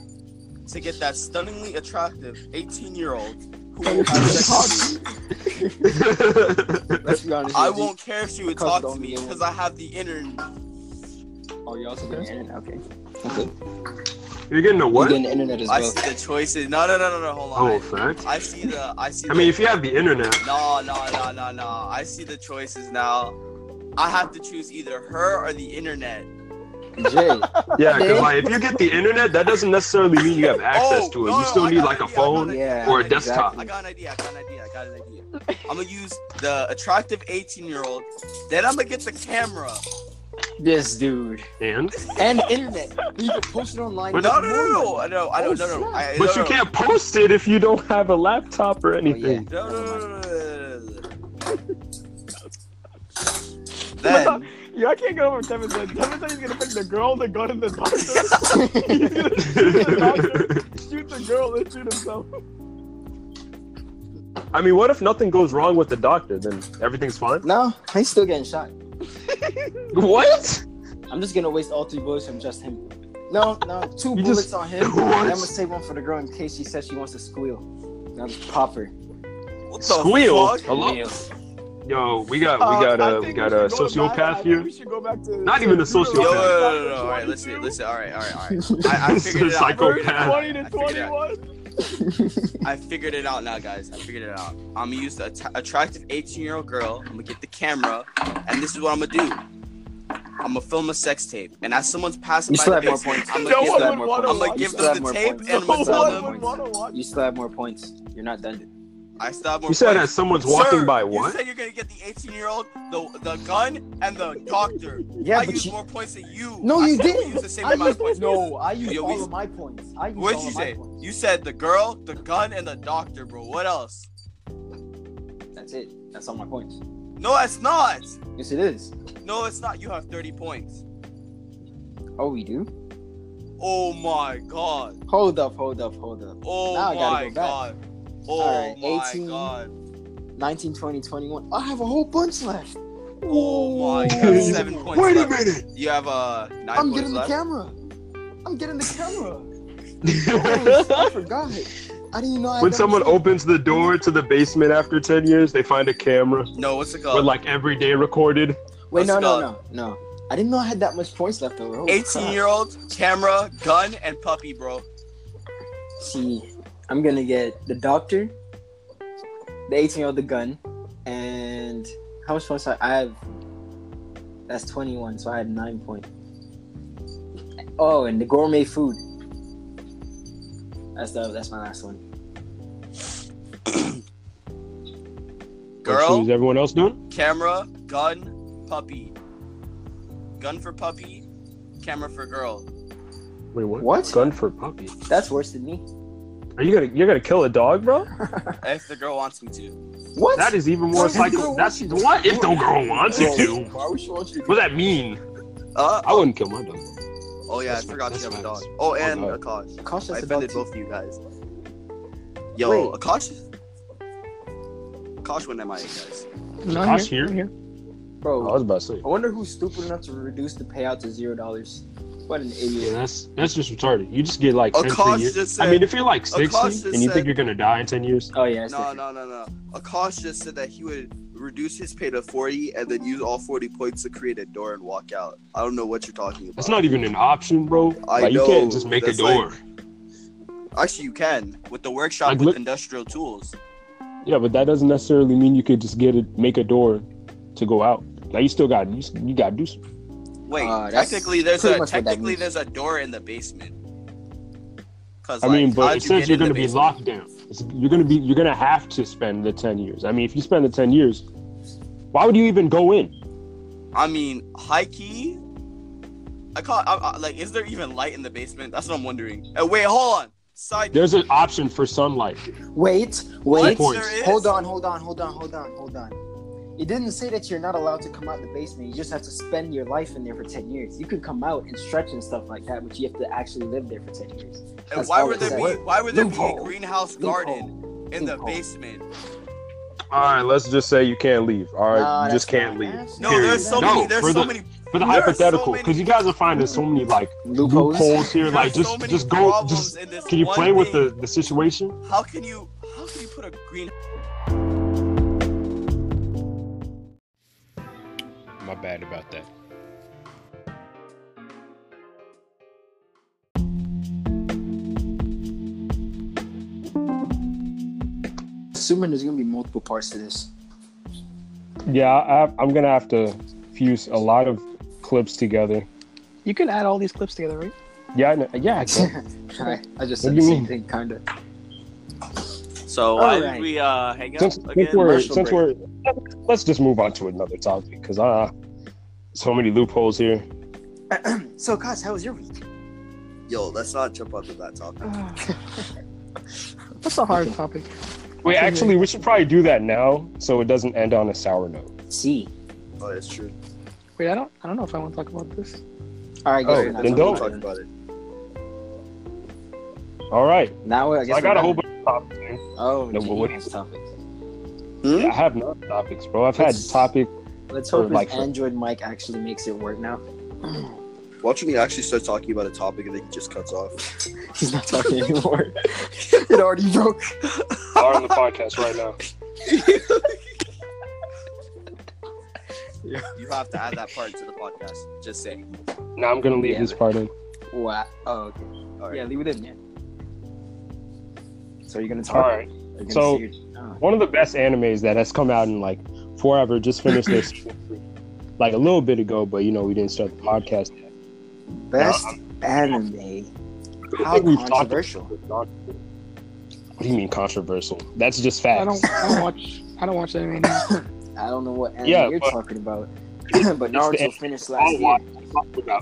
Speaker 4: to get that stunningly attractive 18 year old who will have sex with me.
Speaker 7: Let's be honest.
Speaker 4: I
Speaker 7: Gio.
Speaker 4: won't care if she would
Speaker 7: Because
Speaker 4: talk to
Speaker 7: don't
Speaker 4: me
Speaker 7: you-
Speaker 4: because I have the internet.
Speaker 7: Oh, you're also getting internet. Okay.
Speaker 1: You're getting a
Speaker 7: You're
Speaker 1: what?
Speaker 7: getting internet as
Speaker 4: I
Speaker 7: well.
Speaker 4: see the choices. No, no, no, no, no. Hold
Speaker 1: Oh,
Speaker 4: on.
Speaker 1: fact.
Speaker 4: I see the. I see.
Speaker 1: I mean,
Speaker 4: the-
Speaker 1: if you have the internet,
Speaker 4: No, no, no, no, no. I see the choices now. I have to choose either her or the internet.
Speaker 7: Jay,
Speaker 1: yeah, because like if you get the internet, that doesn't necessarily mean you have access
Speaker 4: Oh,
Speaker 1: to it.
Speaker 4: no,
Speaker 1: You
Speaker 4: no,
Speaker 1: still
Speaker 4: I
Speaker 1: need
Speaker 4: got
Speaker 1: like
Speaker 4: an
Speaker 1: a
Speaker 4: idea, I got
Speaker 1: phone.
Speaker 4: an idea, I
Speaker 7: Yeah,
Speaker 1: or
Speaker 4: got
Speaker 1: a
Speaker 4: an idea.
Speaker 1: desktop.
Speaker 4: I got an idea. I got an idea. I got an idea. I'm gonna use the attractive 18 year old. Then I'm gonna get the camera.
Speaker 7: this dude
Speaker 1: And
Speaker 7: and internet. You can post it online.
Speaker 1: But
Speaker 4: No, no,
Speaker 7: It's
Speaker 4: no, no,
Speaker 7: more
Speaker 4: I know, I know, no, no, I- no,
Speaker 1: but you
Speaker 4: no.
Speaker 1: can't post it if you don't have a laptop or anything.
Speaker 4: No, no, no, no, no, no, no. Then
Speaker 2: Yeah, I can't get over Tevin said. Tevin said he's gonna pick the girl that got in the *laughs* doctor, shoot the girl, and shoot himself.
Speaker 1: *laughs* I mean, what if nothing goes wrong with the doctor? Then everything's
Speaker 7: than-
Speaker 1: fine.
Speaker 7: No, he's still getting shot.
Speaker 1: *laughs* What?
Speaker 7: I'm just gonna waste all three bullets from just him. No, no, two
Speaker 1: You
Speaker 7: bullets
Speaker 1: just-
Speaker 2: *laughs*
Speaker 7: on him.
Speaker 1: What?
Speaker 7: And I'm gonna save one for the girl in case she says she wants to squeal. And I'll just pop her.
Speaker 4: What the
Speaker 10: Squeal.
Speaker 4: fuck?
Speaker 10: Hello. Yo, we got
Speaker 2: Uh,
Speaker 10: we got
Speaker 2: I
Speaker 10: a
Speaker 2: think
Speaker 10: we got
Speaker 2: should
Speaker 10: a
Speaker 2: go back- I
Speaker 10: sociopath
Speaker 2: think
Speaker 10: here.
Speaker 2: We should go back to
Speaker 10: Not even a
Speaker 4: Yo, yo, yo,
Speaker 10: sociopath.
Speaker 2: *laughs*
Speaker 4: yo, yo, all right, listen, listen, all right, all right, all right. I, I
Speaker 10: This is
Speaker 4: figured it out.
Speaker 10: psycho-
Speaker 2: Verse
Speaker 10: Sociopath.
Speaker 2: twenty to
Speaker 4: I figured it out.
Speaker 10: *laughs*
Speaker 2: twenty-one.
Speaker 4: I figured it out now, guys. I figured it out. I'm gonna use the att- attractive 18 year old girl. I'm gonna get the camera, and this is what I'm gonna do. I'm gonna film a sex tape, and as someone's passing
Speaker 7: You
Speaker 4: by
Speaker 7: still
Speaker 4: the
Speaker 7: have more
Speaker 4: basement,
Speaker 7: points.
Speaker 4: I'm
Speaker 2: No
Speaker 4: gonna give
Speaker 2: one
Speaker 4: them,
Speaker 2: would
Speaker 4: I'm
Speaker 2: wanna
Speaker 4: gonna
Speaker 2: watch
Speaker 4: give
Speaker 7: that.
Speaker 4: them
Speaker 7: You
Speaker 4: the
Speaker 7: still
Speaker 4: tape,
Speaker 7: have more
Speaker 4: and I'm gonna
Speaker 7: points. *laughs*
Speaker 4: tell
Speaker 2: No
Speaker 4: them
Speaker 2: one would wanna watch.
Speaker 7: You still have more points. You're not done. yet.
Speaker 4: I still have more.
Speaker 10: You said
Speaker 4: points.
Speaker 10: as someone's walking
Speaker 4: Sir,
Speaker 10: by
Speaker 4: You
Speaker 10: what?
Speaker 4: said you're gonna get the 18 year old, the the gun, and the doctor.
Speaker 7: Yeah,
Speaker 4: I
Speaker 7: but
Speaker 4: used
Speaker 7: you-
Speaker 4: more points than you.
Speaker 7: No,
Speaker 4: I
Speaker 7: you
Speaker 4: said we
Speaker 7: didn't.
Speaker 4: used the same
Speaker 7: I
Speaker 4: amount
Speaker 7: used,
Speaker 4: of points.
Speaker 7: no, I used
Speaker 4: Yo, we-
Speaker 7: all of my points. I used
Speaker 4: What
Speaker 7: all
Speaker 4: did you
Speaker 7: of my
Speaker 4: say?
Speaker 7: points.
Speaker 4: You said the girl, the gun, and the doctor, bro. What else?
Speaker 7: That's it. That's all my points.
Speaker 4: No, it's not.
Speaker 7: Yes, it is.
Speaker 4: No, it's not. You have 30 points.
Speaker 7: Oh, we do.
Speaker 4: Oh my god.
Speaker 7: Hold up, hold up, hold up.
Speaker 4: Oh
Speaker 7: Now I gotta
Speaker 4: my
Speaker 7: go back.
Speaker 4: god. Oh
Speaker 7: Alright,
Speaker 4: my
Speaker 7: 18.
Speaker 4: god.
Speaker 7: 19, 20, 21. Oh, I have a whole bunch left.
Speaker 4: Oh my
Speaker 7: Ooh.
Speaker 4: god. Seven points.
Speaker 10: Wait a
Speaker 4: left.
Speaker 10: minute.
Speaker 4: You have uh 9
Speaker 7: I'm
Speaker 4: points
Speaker 7: getting the
Speaker 4: left.
Speaker 7: camera. I'm getting the
Speaker 10: *laughs*
Speaker 7: camera. Holy, I forgot. I didn't know. I
Speaker 10: When
Speaker 7: had
Speaker 10: someone
Speaker 7: that much-
Speaker 10: opens the door to the basement after ten years, they find a camera
Speaker 4: No, what's it
Speaker 10: with
Speaker 4: called?
Speaker 10: like every day recorded.
Speaker 7: Wait, no,
Speaker 4: Let's
Speaker 7: no, no, no. I didn't know I had that much points left over. Holy
Speaker 4: 18
Speaker 7: crap.
Speaker 4: year old, camera, gun, and puppy, bro.
Speaker 7: See, I'm gonna get the doctor, the 18 year old, the gun, and how much points I I have? That's 21, so I had nine points. Oh, and the gourmet food. That's the that's my last one.
Speaker 4: Girl,
Speaker 1: Is everyone else doing?
Speaker 4: camera, gun, puppy. Gun for puppy, camera for girl.
Speaker 10: Wait, what?
Speaker 7: What?
Speaker 10: Gun for puppy?
Speaker 7: That's worse than me.
Speaker 10: Are you gonna you're gonna kill a dog, bro?
Speaker 4: If the girl wants me to.
Speaker 10: *laughs*
Speaker 7: What?
Speaker 10: That is even more
Speaker 7: What if the
Speaker 10: psycho.
Speaker 7: girl
Speaker 10: That's what if the girl wants you to? What does that mean?
Speaker 4: Uh,
Speaker 10: I wouldn't kill my dog.
Speaker 4: oh yeah, I
Speaker 10: That's
Speaker 4: forgot
Speaker 10: fine,
Speaker 4: you have a
Speaker 10: that's
Speaker 4: dog. Oh,
Speaker 10: fine.
Speaker 4: and
Speaker 10: Oh, no.
Speaker 4: a Akash.
Speaker 7: Cost
Speaker 4: I
Speaker 7: us about
Speaker 4: offended
Speaker 7: two-
Speaker 4: both of you guys. Yo,
Speaker 7: Wait.
Speaker 4: Akash. Akash went MIA, guys.
Speaker 10: Akash here?
Speaker 7: bro.
Speaker 10: about to say.
Speaker 7: I wonder who's stupid enough to reduce the payout to zero dollars. What an
Speaker 10: Yeah,
Speaker 7: idiot!
Speaker 10: that's that's just retarded. You just get like 10, 10
Speaker 4: Akash
Speaker 10: years.
Speaker 4: just said.
Speaker 10: I mean, if you're like
Speaker 4: Akash
Speaker 10: 60
Speaker 4: just
Speaker 10: and you
Speaker 4: said-
Speaker 10: think you're gonna die in 10 years,
Speaker 7: Oh yeah, it's
Speaker 4: no,
Speaker 7: different.
Speaker 4: no, no, no. Akash just said that he would reduce his pay to 40 and then use all 40 points to create a door and walk out. I don't know what you're talking about.
Speaker 10: that's not even an option, bro.
Speaker 4: I
Speaker 10: like, you
Speaker 4: know,
Speaker 10: can't just make a
Speaker 4: that's like-
Speaker 10: door.
Speaker 4: Actually, you can with the workshop
Speaker 1: Like,
Speaker 4: with
Speaker 1: look-
Speaker 4: industrial tools.
Speaker 1: Yeah, but that doesn't necessarily mean you could just get it, make a door to go out. Now you still got you, s- you got to do something.
Speaker 4: Wait,
Speaker 7: Uh, that's
Speaker 4: technically there's
Speaker 7: pretty
Speaker 4: a
Speaker 7: much what that
Speaker 4: technically
Speaker 7: means.
Speaker 4: there's a door in the basement. Cause
Speaker 1: I
Speaker 4: like,
Speaker 1: mean,
Speaker 4: how'd
Speaker 1: but it
Speaker 4: you
Speaker 1: says
Speaker 4: get
Speaker 1: you're
Speaker 4: in the
Speaker 1: going to be
Speaker 4: basement?
Speaker 1: locked down. It's, you're going to be you're going to have to spend the 10 years. I mean, if you spend the 10 years, why would you even go in?
Speaker 4: I mean, high key. I can't. I, I, like, is there even light in the basement? That's what I'm wondering. Uh, wait, hold on. Side.
Speaker 1: There's an option for sunlight.
Speaker 7: Wait, wait.
Speaker 10: What?
Speaker 4: There is.
Speaker 7: Hold on, hold on, hold on, hold on, hold on. It didn't say that you're not allowed to come out the basement. You just have to spend your life in there for ten years. You could come out and stretch and stuff like that, but you have to actually live there for ten years.
Speaker 4: And
Speaker 7: That's
Speaker 4: why
Speaker 7: all
Speaker 4: would
Speaker 7: it
Speaker 4: there be?
Speaker 7: says.
Speaker 4: Why would there be a
Speaker 7: Loophole.
Speaker 4: greenhouse garden in the
Speaker 7: Loophole.
Speaker 4: basement?
Speaker 10: All right, let's just say you can't leave. All right,
Speaker 7: Nah,
Speaker 10: you just
Speaker 7: Oh, that's
Speaker 10: can't
Speaker 7: not
Speaker 10: leave.
Speaker 7: actually-
Speaker 4: No,
Speaker 10: Period.
Speaker 4: there's so
Speaker 10: No,
Speaker 4: many. There's
Speaker 10: for
Speaker 4: so
Speaker 10: the-
Speaker 4: many.
Speaker 10: For the
Speaker 4: There are so
Speaker 10: hypothetical,
Speaker 4: many-
Speaker 10: because you guys are finding so many like
Speaker 7: Loopholes.
Speaker 10: loopholes here.
Speaker 4: There's
Speaker 10: Like,
Speaker 4: so
Speaker 10: just
Speaker 4: many
Speaker 10: just go.
Speaker 4: problems
Speaker 10: Just
Speaker 4: in this
Speaker 10: can you
Speaker 4: one
Speaker 10: play with
Speaker 4: thing.
Speaker 10: the the situation?
Speaker 4: How can you? How can you put a green?
Speaker 8: My bad about that.
Speaker 7: Assuming there's gonna be multiple parts to this. *laughs*
Speaker 1: Yeah, I, I'm going to have to fuse a lot of clips together.
Speaker 2: You can add all these clips together, right?
Speaker 1: Yeah, I know- yeah, I can.
Speaker 7: I, *laughs* I just
Speaker 1: What do
Speaker 7: said the
Speaker 1: you
Speaker 7: same
Speaker 1: mean?
Speaker 7: thing, kinda.
Speaker 4: So why did
Speaker 7: Alright.
Speaker 4: we uh, hang out
Speaker 1: since,
Speaker 4: again?
Speaker 1: since we're
Speaker 7: commercial
Speaker 1: since
Speaker 7: break.
Speaker 1: we're let's just move on to another topic because uh so many loopholes here
Speaker 7: So, guys, how was your week?
Speaker 4: Yo, let's not jump up to that topic.
Speaker 10: Oh,
Speaker 2: *sighs* That's a hard topic.
Speaker 1: wait
Speaker 2: Okay.
Speaker 1: actually we should probably do that now so it doesn't end on a sour note
Speaker 7: See.
Speaker 4: Oh, that's true.
Speaker 2: Wait, I don't, I don't know if I want to talk about this.
Speaker 7: All right,
Speaker 1: Oh,
Speaker 7: guys.
Speaker 1: then don't.
Speaker 4: Talk about it.
Speaker 1: all right
Speaker 7: Now I
Speaker 1: so
Speaker 7: guess
Speaker 1: I, got
Speaker 7: we're
Speaker 1: a whole
Speaker 7: done.
Speaker 1: bunch of topics man.
Speaker 7: Oh,
Speaker 1: No, but what-
Speaker 7: Genius topic.
Speaker 1: i have no topics bro i've had
Speaker 7: Let's-
Speaker 1: topic
Speaker 7: Let's
Speaker 1: Or
Speaker 7: hope
Speaker 1: like-
Speaker 7: his Android mic actually makes it work now.
Speaker 4: Watching me actually start talking about a topic and then he just cuts off.
Speaker 7: He's not talking anymore. *laughs* it already broke.
Speaker 1: are on the *laughs* podcast right now
Speaker 4: You have to add that part to the podcast. Just
Speaker 3: *laughs*
Speaker 4: saying.
Speaker 1: Now I'm gonna leave
Speaker 3: Yeah,
Speaker 1: this part in.
Speaker 3: Wow. Oh, okay.
Speaker 4: All right.
Speaker 3: Yeah, leave it in. Yeah. So you're gonna talk.
Speaker 1: All right.
Speaker 3: You're gonna
Speaker 1: So-
Speaker 3: say your- oh.
Speaker 1: One of the best animes that has come out in like forever just finished their season three, like a little bit ago, but you know we didn't start the podcast. Yet.
Speaker 3: best anime.
Speaker 1: I
Speaker 3: How
Speaker 1: think we've talked-
Speaker 3: controversial.
Speaker 1: What do you mean controversial? That's just
Speaker 2: I
Speaker 1: facts.
Speaker 2: don't. I don't watch. I don't watch anime. Now.
Speaker 3: I don't know what anime
Speaker 1: Yeah,
Speaker 3: you're
Speaker 1: but-
Speaker 3: talking about, *clears throat* but Naruto
Speaker 1: anime
Speaker 3: finished
Speaker 1: I
Speaker 3: last year.
Speaker 1: watch-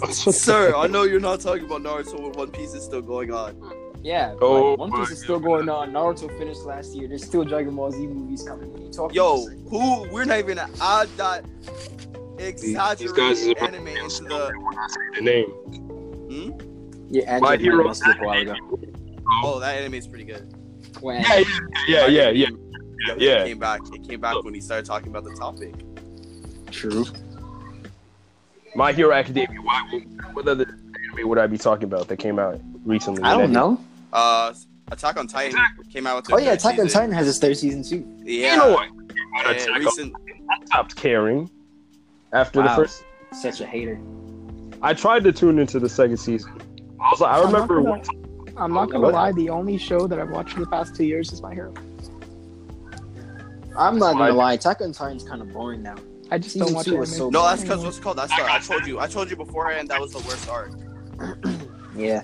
Speaker 1: What
Speaker 4: Sir, I know you're not talking about Naruto when One Piece is still going on.
Speaker 3: Yeah,
Speaker 7: Oh
Speaker 3: like, One
Speaker 7: my
Speaker 3: Piece is still going on. Naruto finished last year. There's still Dragon Ball Z movies coming. What are you talking
Speaker 4: Yo,
Speaker 3: about?
Speaker 4: who? We're not even gonna add that
Speaker 7: These guys is
Speaker 4: exaggerated
Speaker 7: about
Speaker 4: anime into the.
Speaker 1: the name?
Speaker 3: Yeah, Andrew
Speaker 7: My
Speaker 3: might
Speaker 7: Hero
Speaker 3: have skipped a while ago.
Speaker 4: Oh, that anime is pretty good.
Speaker 3: When-
Speaker 7: Yeah, yeah, yeah.
Speaker 4: It
Speaker 7: Yeah.
Speaker 4: came back. It came back when he started talking about the topic.
Speaker 3: True.
Speaker 1: My Hero Academia. Why? would- What other anime would I be talking about that came out recently?
Speaker 3: I don't know.
Speaker 4: Uh, Attack on Titan came out with.
Speaker 3: Oh
Speaker 4: their
Speaker 3: yeah,
Speaker 4: third
Speaker 3: Attack on
Speaker 4: season.
Speaker 3: Titan has its third season too.
Speaker 4: Yeah.
Speaker 1: You know what?
Speaker 4: and recent,
Speaker 1: I stopped caring after the
Speaker 3: Wow.
Speaker 1: first.
Speaker 3: Such a hater.
Speaker 1: I tried to tune into the second season. I was like, I
Speaker 2: I'm not
Speaker 1: remember.
Speaker 2: gonna-
Speaker 1: one time-
Speaker 2: I'm not gonna
Speaker 1: What?
Speaker 2: lie. The only show that I've watched in the past two years is My Hero.
Speaker 3: I'm not
Speaker 1: Why?
Speaker 3: gonna lie, Attack on Titan's kind of boring now.
Speaker 2: I just
Speaker 3: Season
Speaker 2: don't watch
Speaker 3: two
Speaker 2: anime.
Speaker 3: was so
Speaker 4: No, that's because what's it called that's the, I told you. I told you beforehand that was the worst arc.
Speaker 3: Yeah,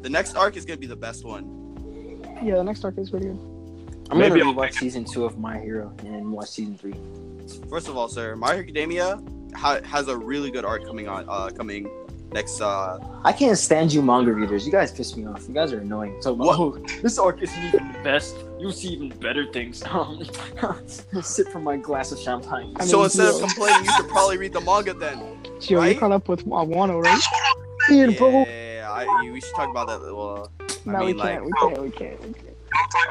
Speaker 4: The next arc is gonna be the best one.
Speaker 2: Yeah, the next arc is pretty good.
Speaker 3: I'm
Speaker 1: Maybe I'll
Speaker 3: gonna rewatch season two of My Hero and then watch season three.
Speaker 4: First of all, sir, My Hero Academia ha- has a really good arc coming on uh coming next uh
Speaker 3: I can't stand you manga readers. You guys piss me off. You guys are annoying. So, oh, this arc isn't even the best. You'll see even better *laughs* things. Um, sip from my glass of champagne.
Speaker 2: I mean,
Speaker 4: So instead of
Speaker 2: yo,
Speaker 4: complaining, you should probably read the
Speaker 2: *laughs*
Speaker 4: manga then.
Speaker 2: Gio,
Speaker 4: right?
Speaker 2: you caught up with Wano, right?
Speaker 3: Dude, bro.
Speaker 4: Yeah, I, we should talk about that. Well, I
Speaker 2: no,
Speaker 4: mean,
Speaker 2: we,
Speaker 4: like-
Speaker 2: can't, we can't. We can't. We can't.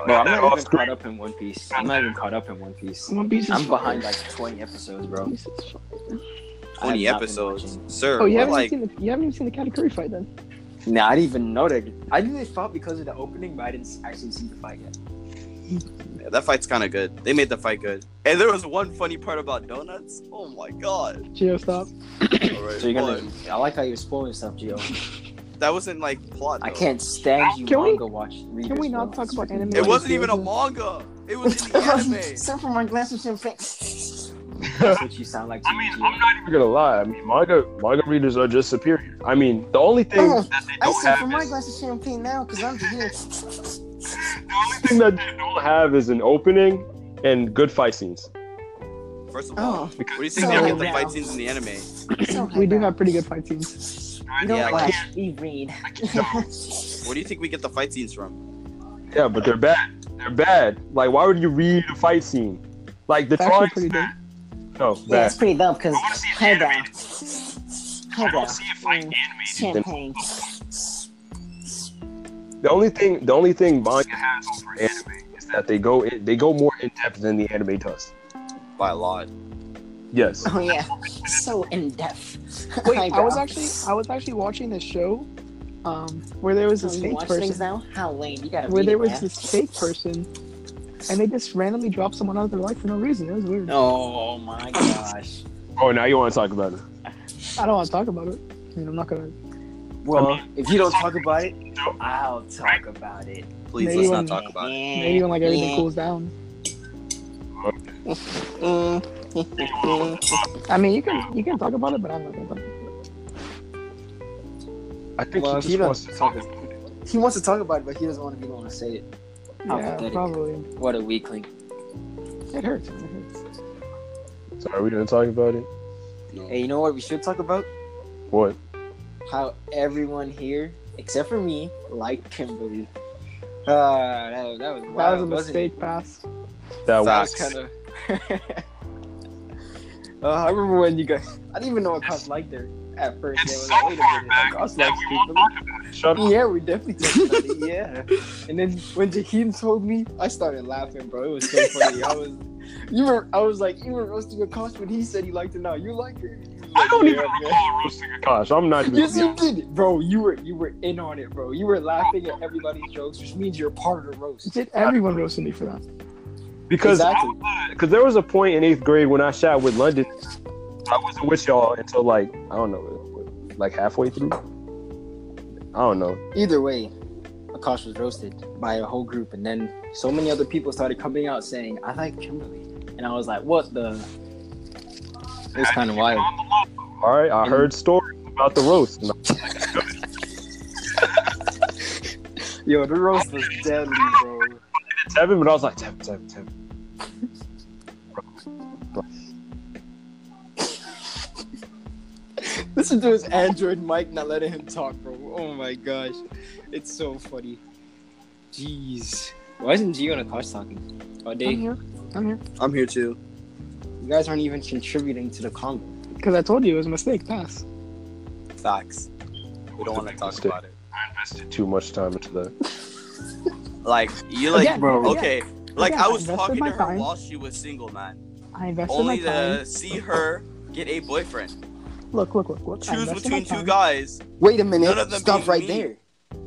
Speaker 3: Bro, I'm not even caught up in One Piece. I'm not even caught up in One Piece.
Speaker 2: One Piece is
Speaker 3: I'm behind
Speaker 2: fire.
Speaker 3: like 20 episodes, bro.
Speaker 2: One Piece is fire.
Speaker 3: I have
Speaker 4: twenty
Speaker 3: not been
Speaker 4: episodes,
Speaker 3: watching.
Speaker 4: sir.
Speaker 2: Oh, you
Speaker 4: we're
Speaker 2: haven't,
Speaker 4: like
Speaker 2: seen the, you haven't even seen the Katakuri fight then?
Speaker 3: Nah, I didn't even know that. I knew they fought because of the opening, but I didn't actually see the fight yet.
Speaker 4: yeah, that fight's kind of good. They made the fight good, and there was one funny part about donuts. Oh
Speaker 2: *coughs*
Speaker 4: my god!
Speaker 2: Gio, stop.
Speaker 4: All right,
Speaker 3: So you're gonna.
Speaker 4: but
Speaker 3: I like how you're spoiling stuff, Gio.
Speaker 4: That wasn't like plot.
Speaker 3: I
Speaker 4: though.
Speaker 3: can't stand you
Speaker 2: Can we-
Speaker 3: manga watch.
Speaker 2: Can we not talk about anime?
Speaker 4: It
Speaker 2: Gio's
Speaker 4: wasn't even a
Speaker 2: in?
Speaker 4: manga. It was
Speaker 2: *laughs*
Speaker 4: in
Speaker 3: *laughs*
Speaker 4: the anime.
Speaker 3: Except for my glass of champagne. That's what you sound like to
Speaker 1: I
Speaker 3: me,
Speaker 1: mean,
Speaker 3: Gio.
Speaker 1: I'm not even gonna lie. I mean, manga manga readers are just superior. I mean, the only thing
Speaker 3: Oh,
Speaker 1: that they
Speaker 3: I
Speaker 1: don't
Speaker 3: sip from
Speaker 1: have
Speaker 3: my
Speaker 1: is,
Speaker 3: glass of champagne now because I'm
Speaker 7: *laughs*
Speaker 3: here.
Speaker 1: the only thing that they don't have is an opening and good fight scenes.
Speaker 4: First of all,
Speaker 3: Oh,
Speaker 4: What do you think
Speaker 3: So
Speaker 4: they'll get the
Speaker 3: now-
Speaker 4: fight scenes in the anime?
Speaker 3: so
Speaker 2: We do have pretty good fight scenes.
Speaker 3: We don't
Speaker 4: Yeah,
Speaker 3: watch. We read.
Speaker 4: Where do you think we get the fight scenes from?
Speaker 1: Yeah, but they're bad. They're bad. Like, why would you read a fight scene? Like the
Speaker 2: It's actually
Speaker 1: drawing.
Speaker 2: pretty good.
Speaker 1: No,
Speaker 3: Yeah, it's
Speaker 1: bad.
Speaker 3: pretty dumb because
Speaker 7: wanna see it
Speaker 3: hi there.
Speaker 7: animated.
Speaker 3: Hi there.
Speaker 7: see a fight
Speaker 3: Mm,
Speaker 7: animated. *laughs*
Speaker 3: Champagne.
Speaker 1: The only thing the only thing manga has over anime is that they go in, they go more in depth than the anime does.
Speaker 4: By a lot.
Speaker 1: Yes.
Speaker 3: Oh yeah, so in depth.
Speaker 2: Wait,
Speaker 3: Hi,
Speaker 2: I
Speaker 3: bro.
Speaker 2: was actually I was actually watching this show, um, where there was
Speaker 3: So
Speaker 2: this
Speaker 3: you
Speaker 2: fake
Speaker 3: watch
Speaker 2: person,
Speaker 3: things now? How lame. You gotta
Speaker 2: where
Speaker 3: read
Speaker 2: there
Speaker 3: it,
Speaker 2: was
Speaker 3: man.
Speaker 2: this fake person, and they just randomly dropped someone out of their life for no reason. It was weird.
Speaker 3: Oh my gosh.
Speaker 1: Oh, now you want to talk about it?
Speaker 2: I don't want to talk about it. I mean, I'm not gonna.
Speaker 3: Well, if you don't talk about it, I'll talk about it.
Speaker 4: Please,
Speaker 2: Maybe
Speaker 4: let's
Speaker 2: when-
Speaker 4: not talk about it.
Speaker 2: Maybe when like everything cools down.
Speaker 3: Mm. *laughs*
Speaker 2: I mean, you can you can talk about it, but I'm not gonna. Talk about it.
Speaker 1: I think
Speaker 3: Well,
Speaker 1: he
Speaker 3: if
Speaker 1: just
Speaker 3: you don't-
Speaker 1: wants to talk about it.
Speaker 3: He wants to talk about it, but he doesn't want to be the one to say it. How
Speaker 2: Yeah,
Speaker 3: pathetic.
Speaker 2: probably.
Speaker 3: What a weakling.
Speaker 2: It hurts. It hurts.
Speaker 1: So are we gonna talk about it?
Speaker 3: Hey, you know what we should talk about?
Speaker 1: What?
Speaker 3: How everyone here, except for me, liked Kimberly. Uh, that, that was
Speaker 2: That was a
Speaker 3: wild, wasn't it?
Speaker 2: mistake pass.
Speaker 1: That
Speaker 4: Facts.
Speaker 1: was
Speaker 3: kind of. uh, I remember when you guys. I didn't even know what Cos liked her at first.
Speaker 7: It's
Speaker 3: They were
Speaker 7: so far back
Speaker 3: Cos
Speaker 7: that
Speaker 3: likes
Speaker 7: we won't
Speaker 3: people.
Speaker 7: talk about it.
Speaker 1: shut up.
Speaker 3: Yeah, we definitely talked about
Speaker 7: *laughs*
Speaker 3: it. Yeah, and then when Jaheim told me, I started laughing, bro. It was so funny. I was, you were, I was like, you were roasting a Cos when he said he liked her. Now you like her. You was
Speaker 7: I
Speaker 3: like,
Speaker 7: don't
Speaker 3: yeah,
Speaker 7: even
Speaker 3: yeah.
Speaker 7: recall roasting a
Speaker 1: Gosh, I'm not.
Speaker 3: Mm. Yes, you did it, bro. You were you were in on it, bro. You were laughing at everybody's jokes, which means you're part of the roast.
Speaker 2: Did everyone roasted me for that?
Speaker 1: Because
Speaker 3: Exactly.
Speaker 1: because there was a point in eighth grade when I shot with London, I wasn't with y'all until like I don't know, what, like halfway through. I don't know.
Speaker 3: Either way, Akash was roasted by a whole group, and then so many other people started coming out saying, "I like Kimberly," and I was like, "What the?" It was kind of wild.
Speaker 1: All right, I heard stories about the roast. And
Speaker 3: Yo, the roast was deadly, bro.
Speaker 1: I, Tevin, but I was like Tevin, Tevin, Tevin.
Speaker 3: Listen to his Android mic not letting him talk, bro. Oh my gosh, it's so funny. Jeez, why isn't Gio and Akash talking all
Speaker 2: I'm
Speaker 3: day?
Speaker 2: here. I'm here.
Speaker 4: I'm here too.
Speaker 3: You guys aren't even contributing to the combo.
Speaker 2: Because I told you it was a mistake. Pass.
Speaker 4: Facts. We don't want to talk about it.
Speaker 1: I invested too much time into that.
Speaker 4: Like you like
Speaker 2: Again, bro.
Speaker 4: okay. Like
Speaker 2: Again,
Speaker 4: I
Speaker 2: I
Speaker 4: was
Speaker 2: invested
Speaker 4: talking
Speaker 2: my
Speaker 4: to her
Speaker 2: time.
Speaker 4: while she was single, man.
Speaker 2: I invested
Speaker 4: Only
Speaker 2: my time.
Speaker 4: to see her get a boyfriend.
Speaker 2: Look, look, look, look. I
Speaker 4: Choose
Speaker 2: invested
Speaker 4: between
Speaker 2: my
Speaker 4: two
Speaker 2: time.
Speaker 4: guys.
Speaker 3: Wait a minute.
Speaker 4: None of them
Speaker 3: Stop
Speaker 4: being
Speaker 3: right
Speaker 4: me.
Speaker 3: there.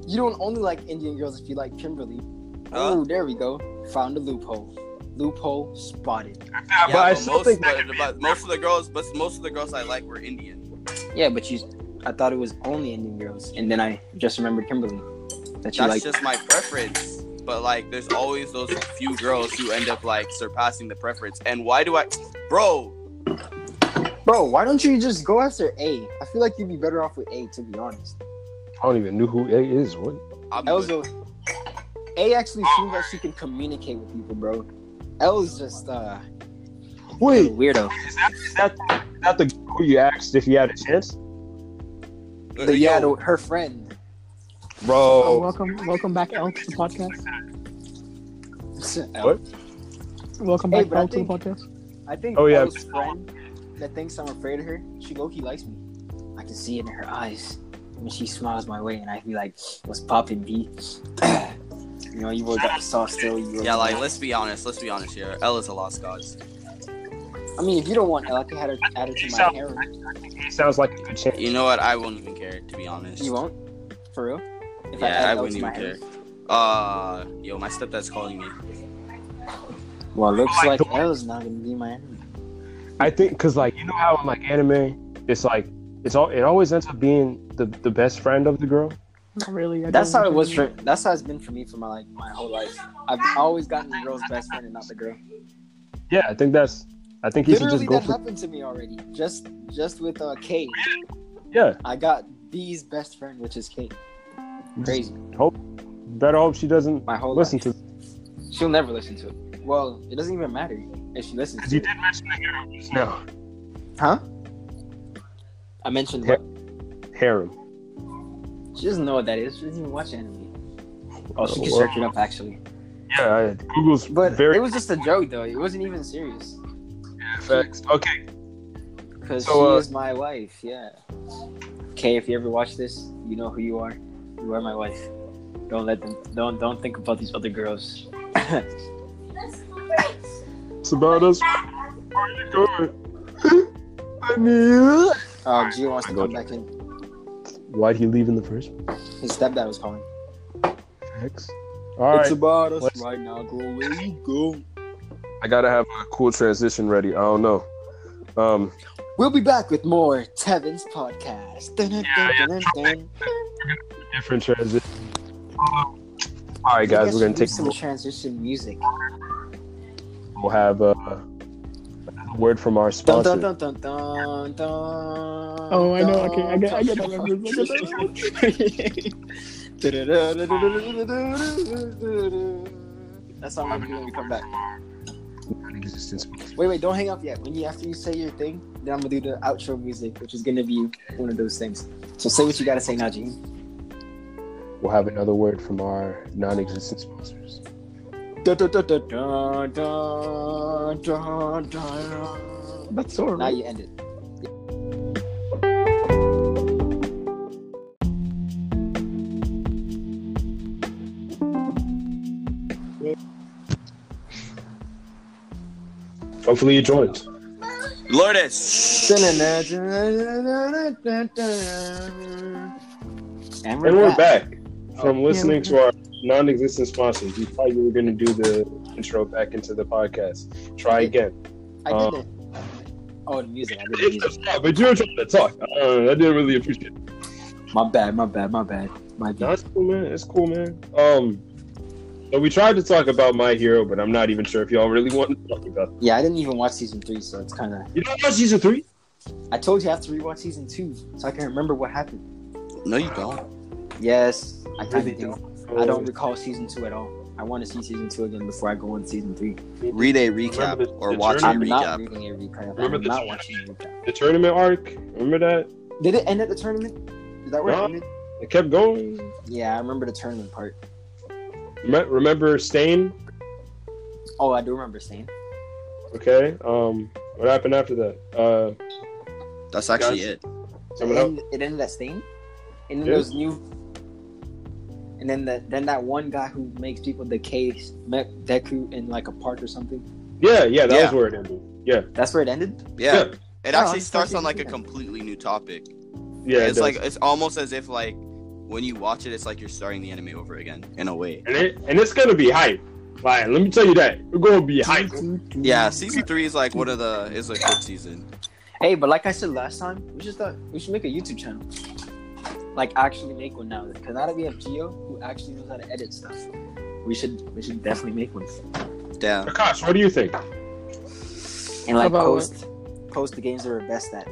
Speaker 3: You don't only like Indian girls if you like Kimberly.
Speaker 4: Huh?
Speaker 3: Oh, there we go. Found a loophole. Loophole spotted.
Speaker 4: Yeah,
Speaker 1: but I
Speaker 4: but
Speaker 1: still
Speaker 4: most,
Speaker 1: think
Speaker 4: but, but most of the girls, but most of the girls I like were Indian.
Speaker 3: Yeah, but you, I thought it was only Indian girls, and then I just remembered Kimberly. That you
Speaker 4: That's
Speaker 3: like.
Speaker 4: just my preference. But like, there's always those few girls who end up like surpassing the preference. And why do I, bro?
Speaker 3: Bro, why don't you just go after A? I feel like you'd be better off with A, to be honest.
Speaker 1: I don't even know who A is. What?
Speaker 4: I'm good.
Speaker 3: Elzo, A actually seems like she can communicate with people, bro. L is just uh a
Speaker 1: Wait,
Speaker 3: weirdo.
Speaker 1: is that is that the who you asked if you had a chance,
Speaker 3: The,
Speaker 4: Yo,
Speaker 3: yeah, the, her friend.
Speaker 2: Oh,
Speaker 1: bro?
Speaker 2: welcome, welcome back, L, to the podcast.
Speaker 3: L.
Speaker 1: What?
Speaker 2: Welcome
Speaker 3: Hey,
Speaker 2: back,
Speaker 3: but I
Speaker 2: L, to the
Speaker 3: think-
Speaker 2: podcast.
Speaker 3: um, I think
Speaker 1: Oh,
Speaker 3: oh,
Speaker 1: yeah.
Speaker 3: yeah. Elle's friend that thinks I'm afraid of her, she low key likes me. I can see it in her eyes when she smiles my way, and I be like, "What's poppin', B?" *clears throat* you know, you boy got the sauce still. You
Speaker 4: Yeah, like let's be honest. Let's be honest here. Ella's a lost cause.
Speaker 3: I mean, if you don't want L, I can add her, add her to my
Speaker 1: Sound-
Speaker 3: harem.
Speaker 1: He sounds like a good chance.
Speaker 4: You know what? I won't even care to be honest.
Speaker 3: You won't, for real. If
Speaker 4: Yeah, I
Speaker 3: L to
Speaker 4: wouldn't
Speaker 3: my
Speaker 4: even
Speaker 3: harem.
Speaker 4: care. Uh, yo, my stepdad's calling me.
Speaker 3: Well, looks
Speaker 1: my
Speaker 3: like
Speaker 1: God.
Speaker 3: L's not gonna be my enemy.
Speaker 1: I think because like you know how in like anime, it's like it's all it always ends up being the the best friend of the girl.
Speaker 2: Not really. I
Speaker 3: That's
Speaker 2: don't
Speaker 3: how it was
Speaker 2: really-
Speaker 3: for. That's how it's been for me for my like my whole life. I've always gotten the girl's best friend and not the girl.
Speaker 1: Yeah, I think that's. I think he should
Speaker 3: Literally,
Speaker 1: just go
Speaker 3: that
Speaker 1: for.
Speaker 3: happened to me already. Just just with uh, Kate,
Speaker 1: Yeah,
Speaker 3: I got B's best friend, which is Kate. Crazy.
Speaker 1: better hope she doesn't
Speaker 3: My whole
Speaker 1: listen
Speaker 3: life.
Speaker 1: to.
Speaker 3: She'll never listen to it. Well, it doesn't even matter if she listens.
Speaker 1: Because
Speaker 3: To
Speaker 1: you
Speaker 3: it.
Speaker 1: did mention the harem just now.
Speaker 3: Huh? I mentioned
Speaker 1: Yeah.
Speaker 3: what?
Speaker 1: Harem.
Speaker 3: She doesn't know what that is. She doesn't even watch anime. Oh, she
Speaker 1: Uh,
Speaker 3: can
Speaker 1: well,
Speaker 3: search it up actually.
Speaker 1: yeah, I- Google's
Speaker 3: But
Speaker 1: very
Speaker 3: it was just a joke though. It wasn't even serious.
Speaker 1: facts. Okay,
Speaker 3: Because
Speaker 1: So,
Speaker 3: she
Speaker 1: uh,
Speaker 3: is my wife, yeah. Kay, if you ever watch this, you know who you are. You are my wife. Don't let them. Don't don't think about these other girls.
Speaker 6: This is great.
Speaker 1: it's about
Speaker 3: *laughs*
Speaker 1: us. Where you going? I mean,
Speaker 3: Oh, Gio wants to
Speaker 1: I got
Speaker 3: come back in.
Speaker 1: why'd he leave in the first
Speaker 3: His stepdad was calling.
Speaker 1: place? All right,
Speaker 3: about
Speaker 1: us Let's-
Speaker 3: right now, girl. Where you go?
Speaker 1: I gotta have a cool transition ready. I don't know. Um,
Speaker 3: We'll be back with more Tevin's podcast. Dun, dun, dun, dun, dun.
Speaker 1: different transition. All right, guys,
Speaker 3: We
Speaker 1: we're gonna take
Speaker 3: should do
Speaker 1: a
Speaker 3: some
Speaker 1: little-
Speaker 3: transition music.
Speaker 1: We'll have a, a word from our
Speaker 3: Dun,
Speaker 1: sponsor.
Speaker 3: dun, dun, dun, dun, dun,
Speaker 2: Oh, I know. Okay, I get, I get that reference. I get that reference.
Speaker 3: *laughs* That's all I'm gonna do when we come back.
Speaker 1: Non-existence.
Speaker 3: Wait, wait, don't hang up yet. When you after you say your thing, then I'm gonna do the outro music, which is gonna be one of those things. So say what you gotta say now, Gene.
Speaker 1: We'll have another word from our non-existent sponsors.
Speaker 3: Dun, dun, dun, dun, dun, dun, dun, dun.
Speaker 2: That's so
Speaker 3: Now
Speaker 2: right.
Speaker 3: you end it.
Speaker 1: Hopefully, you joined.
Speaker 4: Lourdes.
Speaker 3: And
Speaker 1: And we're
Speaker 3: back. Oh,
Speaker 1: back from listening to our non-existent sponsors. You thought you were going to do the intro back into the podcast. Try again.
Speaker 7: I
Speaker 1: Um,
Speaker 7: did it. Oh, the music. I did the music.
Speaker 1: Yeah, but you were trying to talk. Uh, I didn't really appreciate. it.
Speaker 7: My bad. My bad. My bad. My
Speaker 1: No,
Speaker 7: bad.
Speaker 1: it's cool, man. It's cool, man. Um, so we tried to talk about my hero, but I'm not even sure if y'all really want to talk about.
Speaker 7: Yeah, I didn't even watch season three, so it's kind of.
Speaker 1: You know what? Season three.
Speaker 7: I told you I have to rewatch season two so I can remember what happened.
Speaker 4: No, you don't.
Speaker 7: Yes, I kind
Speaker 1: Really
Speaker 7: of do. I don't recall season two at all. I want to see season two again before I go on season three.
Speaker 4: Read a recap
Speaker 1: Remember the-
Speaker 4: or
Speaker 1: the
Speaker 4: watch a
Speaker 1: journey?
Speaker 7: I'm not
Speaker 4: recap.
Speaker 7: reading a recap.
Speaker 1: Remember
Speaker 7: I'm
Speaker 1: the
Speaker 7: not
Speaker 1: journey?
Speaker 7: watching a recap.
Speaker 1: The tournament arc. Remember that?
Speaker 7: Did it end at the tournament? Is that where
Speaker 1: No.
Speaker 7: it ended?
Speaker 1: It kept going.
Speaker 7: Yeah, I remember the tournament part.
Speaker 1: Rem- Remember Stain?
Speaker 7: Oh, I do remember saying.
Speaker 1: Okay. Um, what happened after that? Uh,
Speaker 4: That's actually it.
Speaker 1: someone
Speaker 7: it,
Speaker 1: else.
Speaker 7: ended, it ended at Stain, and then
Speaker 1: Yeah.
Speaker 7: those new, and then that then that one guy who makes people the case met Deku in like a park or something.
Speaker 1: Yeah, yeah, that
Speaker 4: Yeah.
Speaker 1: was where it ended. Yeah,
Speaker 7: That's where it ended.
Speaker 4: Yeah.
Speaker 1: Yeah.
Speaker 4: It
Speaker 7: No,
Speaker 4: actually
Speaker 7: it's
Speaker 4: starts
Speaker 7: not
Speaker 4: on like a
Speaker 7: season two.
Speaker 4: completely new topic.
Speaker 1: yeah. it
Speaker 4: it's
Speaker 1: does.
Speaker 4: like it's almost as if like when you watch it, it's like you're starting the anime over again in a way.
Speaker 1: and it and it's gonna be hype. Like, let me tell you that we're gonna be hype.
Speaker 4: Yeah, season three is like one of the is a good season.
Speaker 7: Hey, but like I said last time, we just thought we should make a YouTube channel. Like actually make one now, because now that we have Geo, who actually knows how to edit stuff, we should we should definitely make one
Speaker 4: Damn.
Speaker 1: Akash, what do you think?
Speaker 7: and like
Speaker 2: about
Speaker 7: post post the games that we're best at.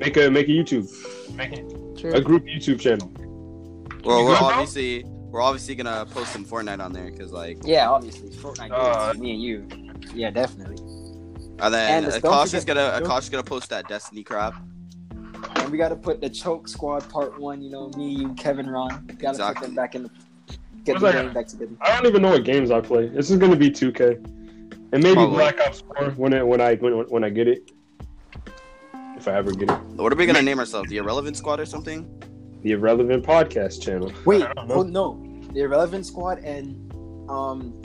Speaker 1: Make a make a YouTube, a group YouTube channel.
Speaker 4: Well, we're
Speaker 1: good, bro?
Speaker 4: obviously we're obviously gonna post some Fortnite on there because like,
Speaker 7: Yeah, obviously Fortnite.
Speaker 1: Uh,
Speaker 7: games, me and you. Yeah, definitely.
Speaker 4: and then
Speaker 7: And let's- don't
Speaker 4: Akash is
Speaker 7: forget-
Speaker 4: gonna
Speaker 7: don't-
Speaker 4: Akash is gonna post that Destiny crap.
Speaker 7: And we gotta put the choke squad part one, you know, me, you, Kevin, Ron. Gotta put
Speaker 4: Exactly.
Speaker 7: them back in the get
Speaker 1: What's
Speaker 7: the
Speaker 1: that?
Speaker 7: game back together.
Speaker 1: I don't even know what games I play. This is gonna be 2K, and maybe
Speaker 4: Probably.
Speaker 1: Black Ops 4 when it, when I when, when I get it, if I ever get it.
Speaker 4: What are we gonna name ourselves? The Irrelevant Squad or something?
Speaker 1: The Irrelevant Podcast channel.
Speaker 7: Wait,
Speaker 1: I don't know.
Speaker 7: oh no. The irrelevant squad and um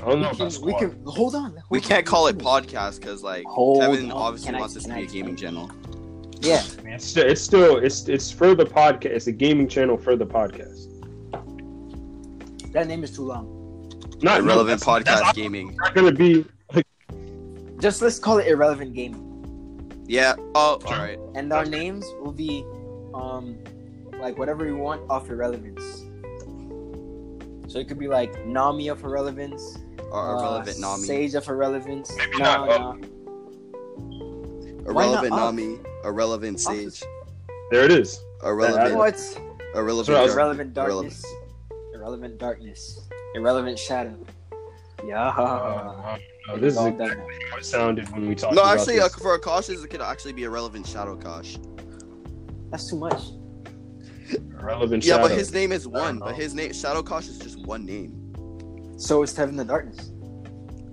Speaker 1: I don't
Speaker 7: we
Speaker 1: know
Speaker 7: can,
Speaker 1: about
Speaker 7: we
Speaker 1: squad.
Speaker 7: can hold on. hold
Speaker 4: We
Speaker 7: on,
Speaker 4: can't call it
Speaker 7: hold on.
Speaker 4: podcast because like
Speaker 7: Hold
Speaker 4: Kevin
Speaker 7: on,
Speaker 4: obviously
Speaker 7: can I-
Speaker 4: wants this to
Speaker 7: can
Speaker 4: be
Speaker 7: I
Speaker 4: a gaming
Speaker 7: explain?
Speaker 4: channel.
Speaker 7: Yeah.
Speaker 1: It's still, it's still it's it's for the podcast. It's a gaming channel for the podcast.
Speaker 7: That name is too long.
Speaker 1: Not
Speaker 4: Irrelevant
Speaker 1: that's-
Speaker 4: podcast
Speaker 1: that's
Speaker 4: gaming.
Speaker 1: not gonna be
Speaker 7: Just let's call it irrelevant gaming.
Speaker 4: Yeah. Oh, all right.
Speaker 7: And our names will be um like whatever we want off irrelevance. So it could be like Nami of irrelevance,
Speaker 4: Or irrelevant
Speaker 7: uh,
Speaker 4: Nami.
Speaker 7: Sage of irrelevance.
Speaker 1: Maybe
Speaker 7: No,
Speaker 1: not
Speaker 7: no.
Speaker 4: irrelevant
Speaker 7: why not up?
Speaker 4: Nami. Irrelevant
Speaker 7: Up
Speaker 4: Sage.
Speaker 7: is-
Speaker 1: there. It is.
Speaker 4: Irrelevant.
Speaker 1: What?
Speaker 7: What's
Speaker 4: Irrelevant.
Speaker 1: That's
Speaker 4: Dark-
Speaker 7: Irrelevant darkness. Irrelevant darkness. Irrelevant shadow. Yeah.
Speaker 1: Uh, no, this is
Speaker 7: All
Speaker 1: exactly
Speaker 7: done now.
Speaker 1: how it sounded when we talked.
Speaker 4: No,
Speaker 1: about
Speaker 4: actually, uh,
Speaker 1: this.
Speaker 4: for Akash, this could actually be irrelevant Shadow Akash.
Speaker 7: That's too much.
Speaker 1: irrelevant.
Speaker 4: uh, Yeah, but
Speaker 1: shadow.
Speaker 4: his name is one.
Speaker 1: know.
Speaker 4: But his name Shadow Kosh is just one name.
Speaker 7: So it's Tevin the darkness.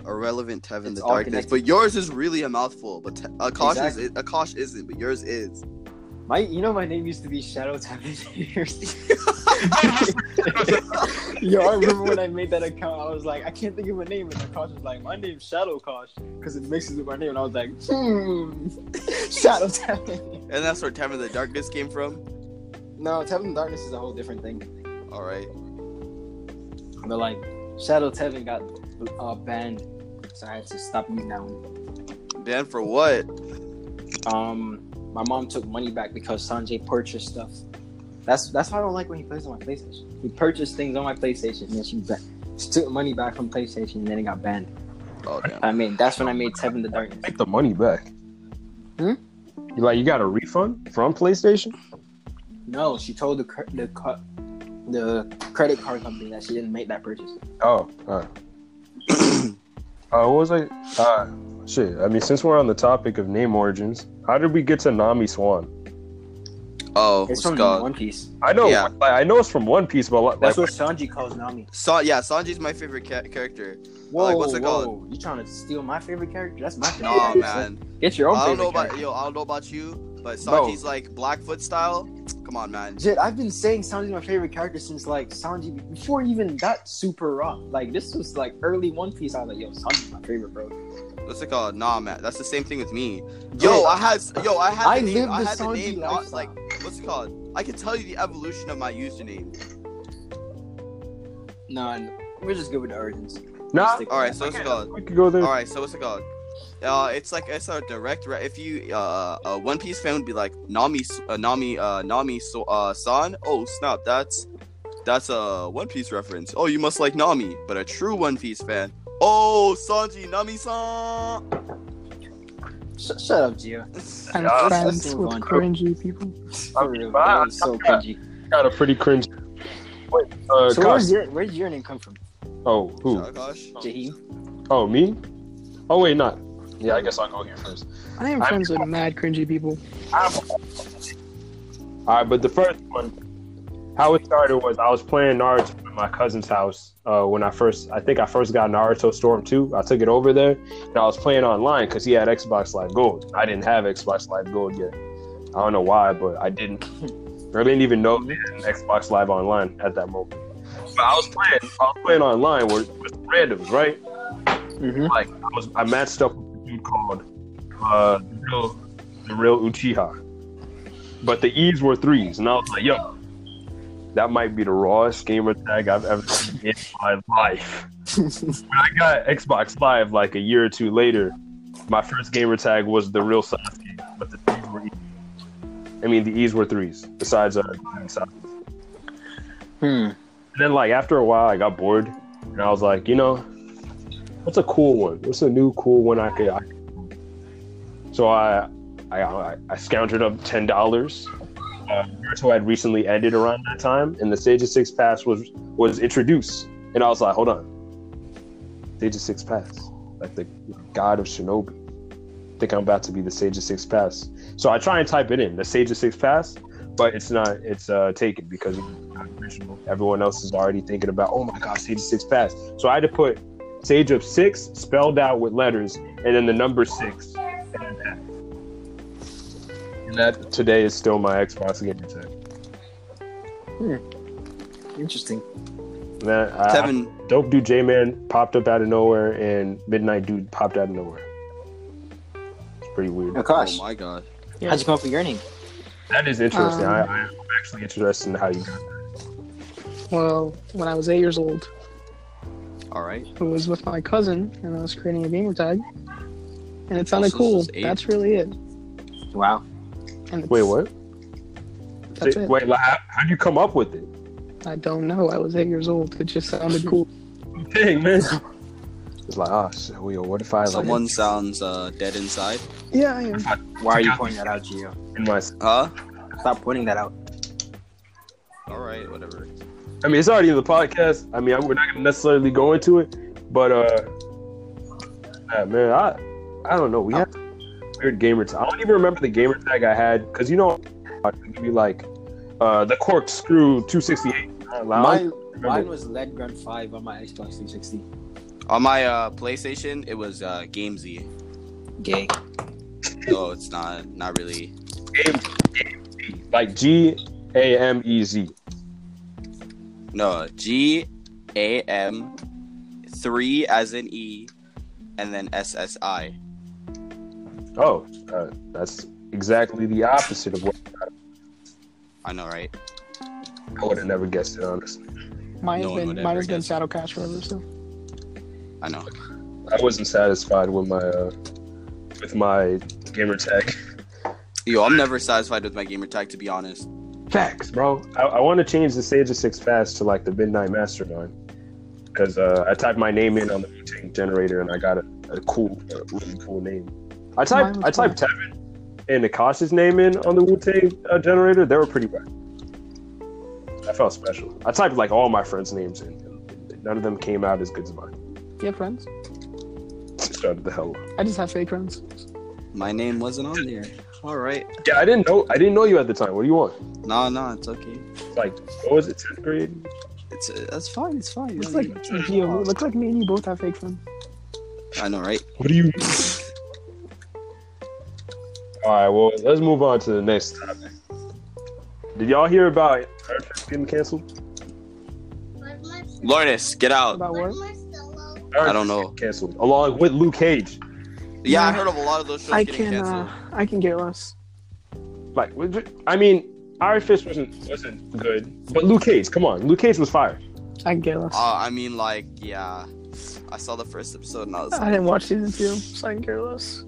Speaker 4: Irrelevant Tevin
Speaker 7: It's
Speaker 4: the
Speaker 7: all
Speaker 4: Darkness.
Speaker 7: connected.
Speaker 4: But yours is really a mouthful. But te- Akash is
Speaker 7: Exactly.
Speaker 4: Akash isn't, but yours is.
Speaker 7: My, you know, my name used to be Shadow *laughs* Tevin. Yo, I *laughs* remember when I made that account, I was like, I can't think of a name, and Kosh was like, my name's Shadow Kosh, because it mixes with my name, and I was like, hmm, *laughs* Shadow Tevin.
Speaker 4: And that's where Tevin the Darkness came from.
Speaker 7: No, Tevin the darkness is a whole different thing.
Speaker 4: All right.
Speaker 7: But like Shadow Tevin got uh, banned, so I had to stop using that one.
Speaker 4: Dan for what?
Speaker 7: Um, my mom took money back because Sanjay purchased stuff. That's that's why I don't like when he plays on my PlayStation. He purchased things on my PlayStation, and then she, ba- she took money back from PlayStation, and then it got banned.
Speaker 4: Oh damn.
Speaker 7: I mean, that's when I made Tevin the Darkness.
Speaker 1: Take the money back.
Speaker 7: Hmm?
Speaker 1: You like you got a refund from PlayStation?
Speaker 7: No, she told the cr- the cu- the credit card company that she didn't make that purchase.
Speaker 1: Oh, all
Speaker 4: *clears throat*
Speaker 1: right. uh, what was I? Uh, shit. I mean, since we're on the topic of name origins, how did we get to Nami Swan?
Speaker 4: Oh,
Speaker 7: It's
Speaker 4: let's
Speaker 7: from
Speaker 4: go.
Speaker 7: One Piece.
Speaker 1: I know,
Speaker 4: Yeah.
Speaker 1: like, I know it's from One Piece, but like,
Speaker 7: That's what Sanji calls Nami.
Speaker 4: Sa- yeah, Sanji's my favorite ca- character.
Speaker 7: Whoa,
Speaker 4: Like, what's it
Speaker 7: whoa!
Speaker 4: called?
Speaker 7: You trying to steal my favorite character? That's my favorite.
Speaker 4: Nah,
Speaker 7: character.
Speaker 4: man.
Speaker 7: Get your own
Speaker 4: I don't
Speaker 7: favorite
Speaker 4: know about
Speaker 7: character.
Speaker 4: yo. I don't know about you, but
Speaker 7: Bro.
Speaker 4: Sanji's like Blackfoot style. Come on, man.
Speaker 7: Jit, I've been saying Sanji's my favorite character since like Sanji before he even got super raw. Like this was like early One Piece. I was like, yo, Sanji's my favorite, bro.
Speaker 4: What's it called? Nah, man. That's the same thing with me. Yo,
Speaker 7: Jit,
Speaker 4: I had yo, I had
Speaker 7: I
Speaker 4: the
Speaker 7: live
Speaker 4: name, I
Speaker 7: the
Speaker 4: had the
Speaker 7: Sanji
Speaker 4: name not,
Speaker 7: lifestyle.
Speaker 4: like what's it called? I can tell you the evolution of my username.
Speaker 7: No, no, we're just good with the origins.
Speaker 1: Nah.
Speaker 4: All right, so what's it called?
Speaker 1: We could go there.
Speaker 4: All right, so what's it called? Uh, it's like it's a direct. Re- if you uh, a One Piece fan would be like Nami, uh, Nami, uh, Nami, so, uh, San. Oh snap, that's that's a One Piece reference. Oh, you must like Nami, but a true One Piece fan. Oh, Sanji, Nami, San.
Speaker 7: Sh- shut up, Gio.
Speaker 2: I'm
Speaker 5: Yeah, let's-
Speaker 7: let's
Speaker 2: friends
Speaker 7: move
Speaker 2: with
Speaker 7: on.
Speaker 2: cringy people.
Speaker 7: For real,
Speaker 5: fine.
Speaker 7: that was so cringy.
Speaker 1: Got a pretty cringe.
Speaker 5: Wait, uh,
Speaker 7: So
Speaker 5: Cos-
Speaker 7: where's your where's your name come from?
Speaker 1: Oh, who?
Speaker 4: Gosh.
Speaker 7: Jaheim?
Speaker 1: Oh, me? Oh, wait, not. Yeah, I guess I'll go here first.
Speaker 2: I am
Speaker 5: I'm-
Speaker 2: friends with mad cringy people.
Speaker 1: All right, but the first one, how it started was I was playing Naruto at my cousin's house uh, when I first, I think I first got Naruto Storm 2. I took it over there and I was playing online because he had Xbox Live Gold. I didn't have Xbox Live Gold yet. I don't know why, but I didn't. I didn't even know they had an Xbox Live Online at that moment. But I was playing, I was playing online with, with randoms, right?
Speaker 7: Mm-hmm.
Speaker 1: like I was I matched up with a dude called uh the real, the real Uchiha. But the E's were threes, and I was like, yo, that might be the rawest gamer tag I've ever seen in my life. when I got Xbox Live like a year or two later, my first gamer tag was the real Sasuke, but the threes were E's. I mean the E's were threes, besides uh Sasuke.
Speaker 7: Hmm.
Speaker 1: And then like after a while, I got bored, and I was like, you know, what's a cool one? What's a new cool one I could? I could-" So I, I, I, I scountered up ten dollars. Uh, Naruto had recently ended around that time, and the Sage of Six Pass was was introduced, and I was like, hold on, Sage of Six Pass, like the god of Shinobi. I think I'm about to be the Sage of Six Pass. So I try and type it in, the Sage of Six Pass, but it's not. It's uh, taken because original. Everyone else is already thinking about, oh my god, Sage of Six Pass. So I had to put Sage of Six spelled out with letters and then the number six. And, then that. And that today is still my Xbox game tag.
Speaker 7: Interesting.
Speaker 1: And That, I,
Speaker 4: Tevin,
Speaker 1: Dope Dude J Man popped up out of nowhere and Midnight Dude popped out of nowhere. It's pretty weird.
Speaker 4: oh
Speaker 7: Akash,
Speaker 4: my god,
Speaker 7: how'd you come up with your name?
Speaker 1: That is interesting.
Speaker 2: Um,
Speaker 1: I, I, I'm actually interested in how you got that.
Speaker 2: Well, when I was eight years old,
Speaker 4: all right.
Speaker 2: I was with my cousin, and I was creating a gamer tag, and it sounded
Speaker 4: So this
Speaker 2: cool.
Speaker 4: is eight.
Speaker 2: That's really it.
Speaker 7: Wow.
Speaker 2: And it's,
Speaker 1: Wait, what?
Speaker 2: That's it.
Speaker 1: Wait, like, how, how'd you come up with it? *laughs*
Speaker 2: I don't know. I was eight years old. It just sounded cool.
Speaker 1: Dang, man. It's like, oh, shit, yo, what if I like,
Speaker 4: Someone sounds uh, dead inside.
Speaker 2: yeah, I
Speaker 4: *laughs*
Speaker 2: am.
Speaker 7: Why are you pointing that out, Gio?
Speaker 1: in my
Speaker 4: Huh?
Speaker 7: Stop pointing that out.
Speaker 4: All right, whatever.
Speaker 1: I mean, it's already in the podcast. I mean, I- we're not gonna necessarily go into it, but uh, ah, man, I, I don't know. We had weird gamer tag. I don't even remember the gamer tag I had because you know, I'd be like, uh, the corkscrew two sixty eight.
Speaker 7: Mine,
Speaker 1: remember.
Speaker 7: mine was Lead Gun 5 on my Xbox 360.
Speaker 4: On my uh, PlayStation, it was uh, GameZ.
Speaker 7: Gay.
Speaker 4: No, it's not. Not really.
Speaker 1: Like G A M E Z.
Speaker 4: No, G A M three as in E, and then S S I.
Speaker 1: Oh, uh, that's exactly the opposite of what
Speaker 4: I know, right?
Speaker 1: I would have never guessed it. Honestly,
Speaker 2: Mine
Speaker 4: No
Speaker 2: has
Speaker 4: one would
Speaker 2: been
Speaker 4: ever
Speaker 2: mine has been
Speaker 4: guess.
Speaker 2: Shadowcast forever. So
Speaker 4: I know.
Speaker 1: I wasn't satisfied with my uh, with my gamer tag.
Speaker 4: Yo, I'm never satisfied with my gamer tag, to be honest.
Speaker 1: Facts, bro. I, I want to change the Sage of Six Fast to like the Midnight Mastodon because uh, I typed my name in on the Wu Tang generator and I got a, a cool, a really cool name. I typed
Speaker 2: Mine was
Speaker 1: I typed Tevin and Akash's name in on the Wu Tang uh, generator. They were pretty bad. I felt special. I typed like all my friends' names in. and None of them came out as good as mine.
Speaker 2: yeah, friends.
Speaker 1: It started the hell.
Speaker 2: I just have fake friends.
Speaker 4: My name wasn't on there. All right.
Speaker 1: Yeah, I didn't know. I didn't know you at the time. What do you want?
Speaker 4: No, no, it's okay.
Speaker 1: Like, what was it? Tenth grade?
Speaker 4: It's uh, that's fine. It's fine.
Speaker 2: It's like Gio. It looks like me and you both have fake friends.
Speaker 4: I know, right?
Speaker 1: What do you? All right, well, let's move on to the next topic. Did y'all hear about Earthquake getting canceled?
Speaker 4: Lourdes, get out.
Speaker 2: About what?
Speaker 1: Earthquake
Speaker 4: don't know.
Speaker 1: Canceled along with Luke Cage.
Speaker 4: Yeah, I heard of a lot of those shows
Speaker 2: I
Speaker 4: getting
Speaker 2: can
Speaker 4: canceled.
Speaker 2: uh, I can get less.
Speaker 1: Like, was it- I mean, Iron Fist wasn't wasn't good, but Luke Cage, come on, Luke Cage was fire.
Speaker 2: I can care less.
Speaker 4: Uh, I mean, like, yeah. I saw the first episode and I was
Speaker 2: I
Speaker 4: like,
Speaker 2: didn't watch season two, so I can care less.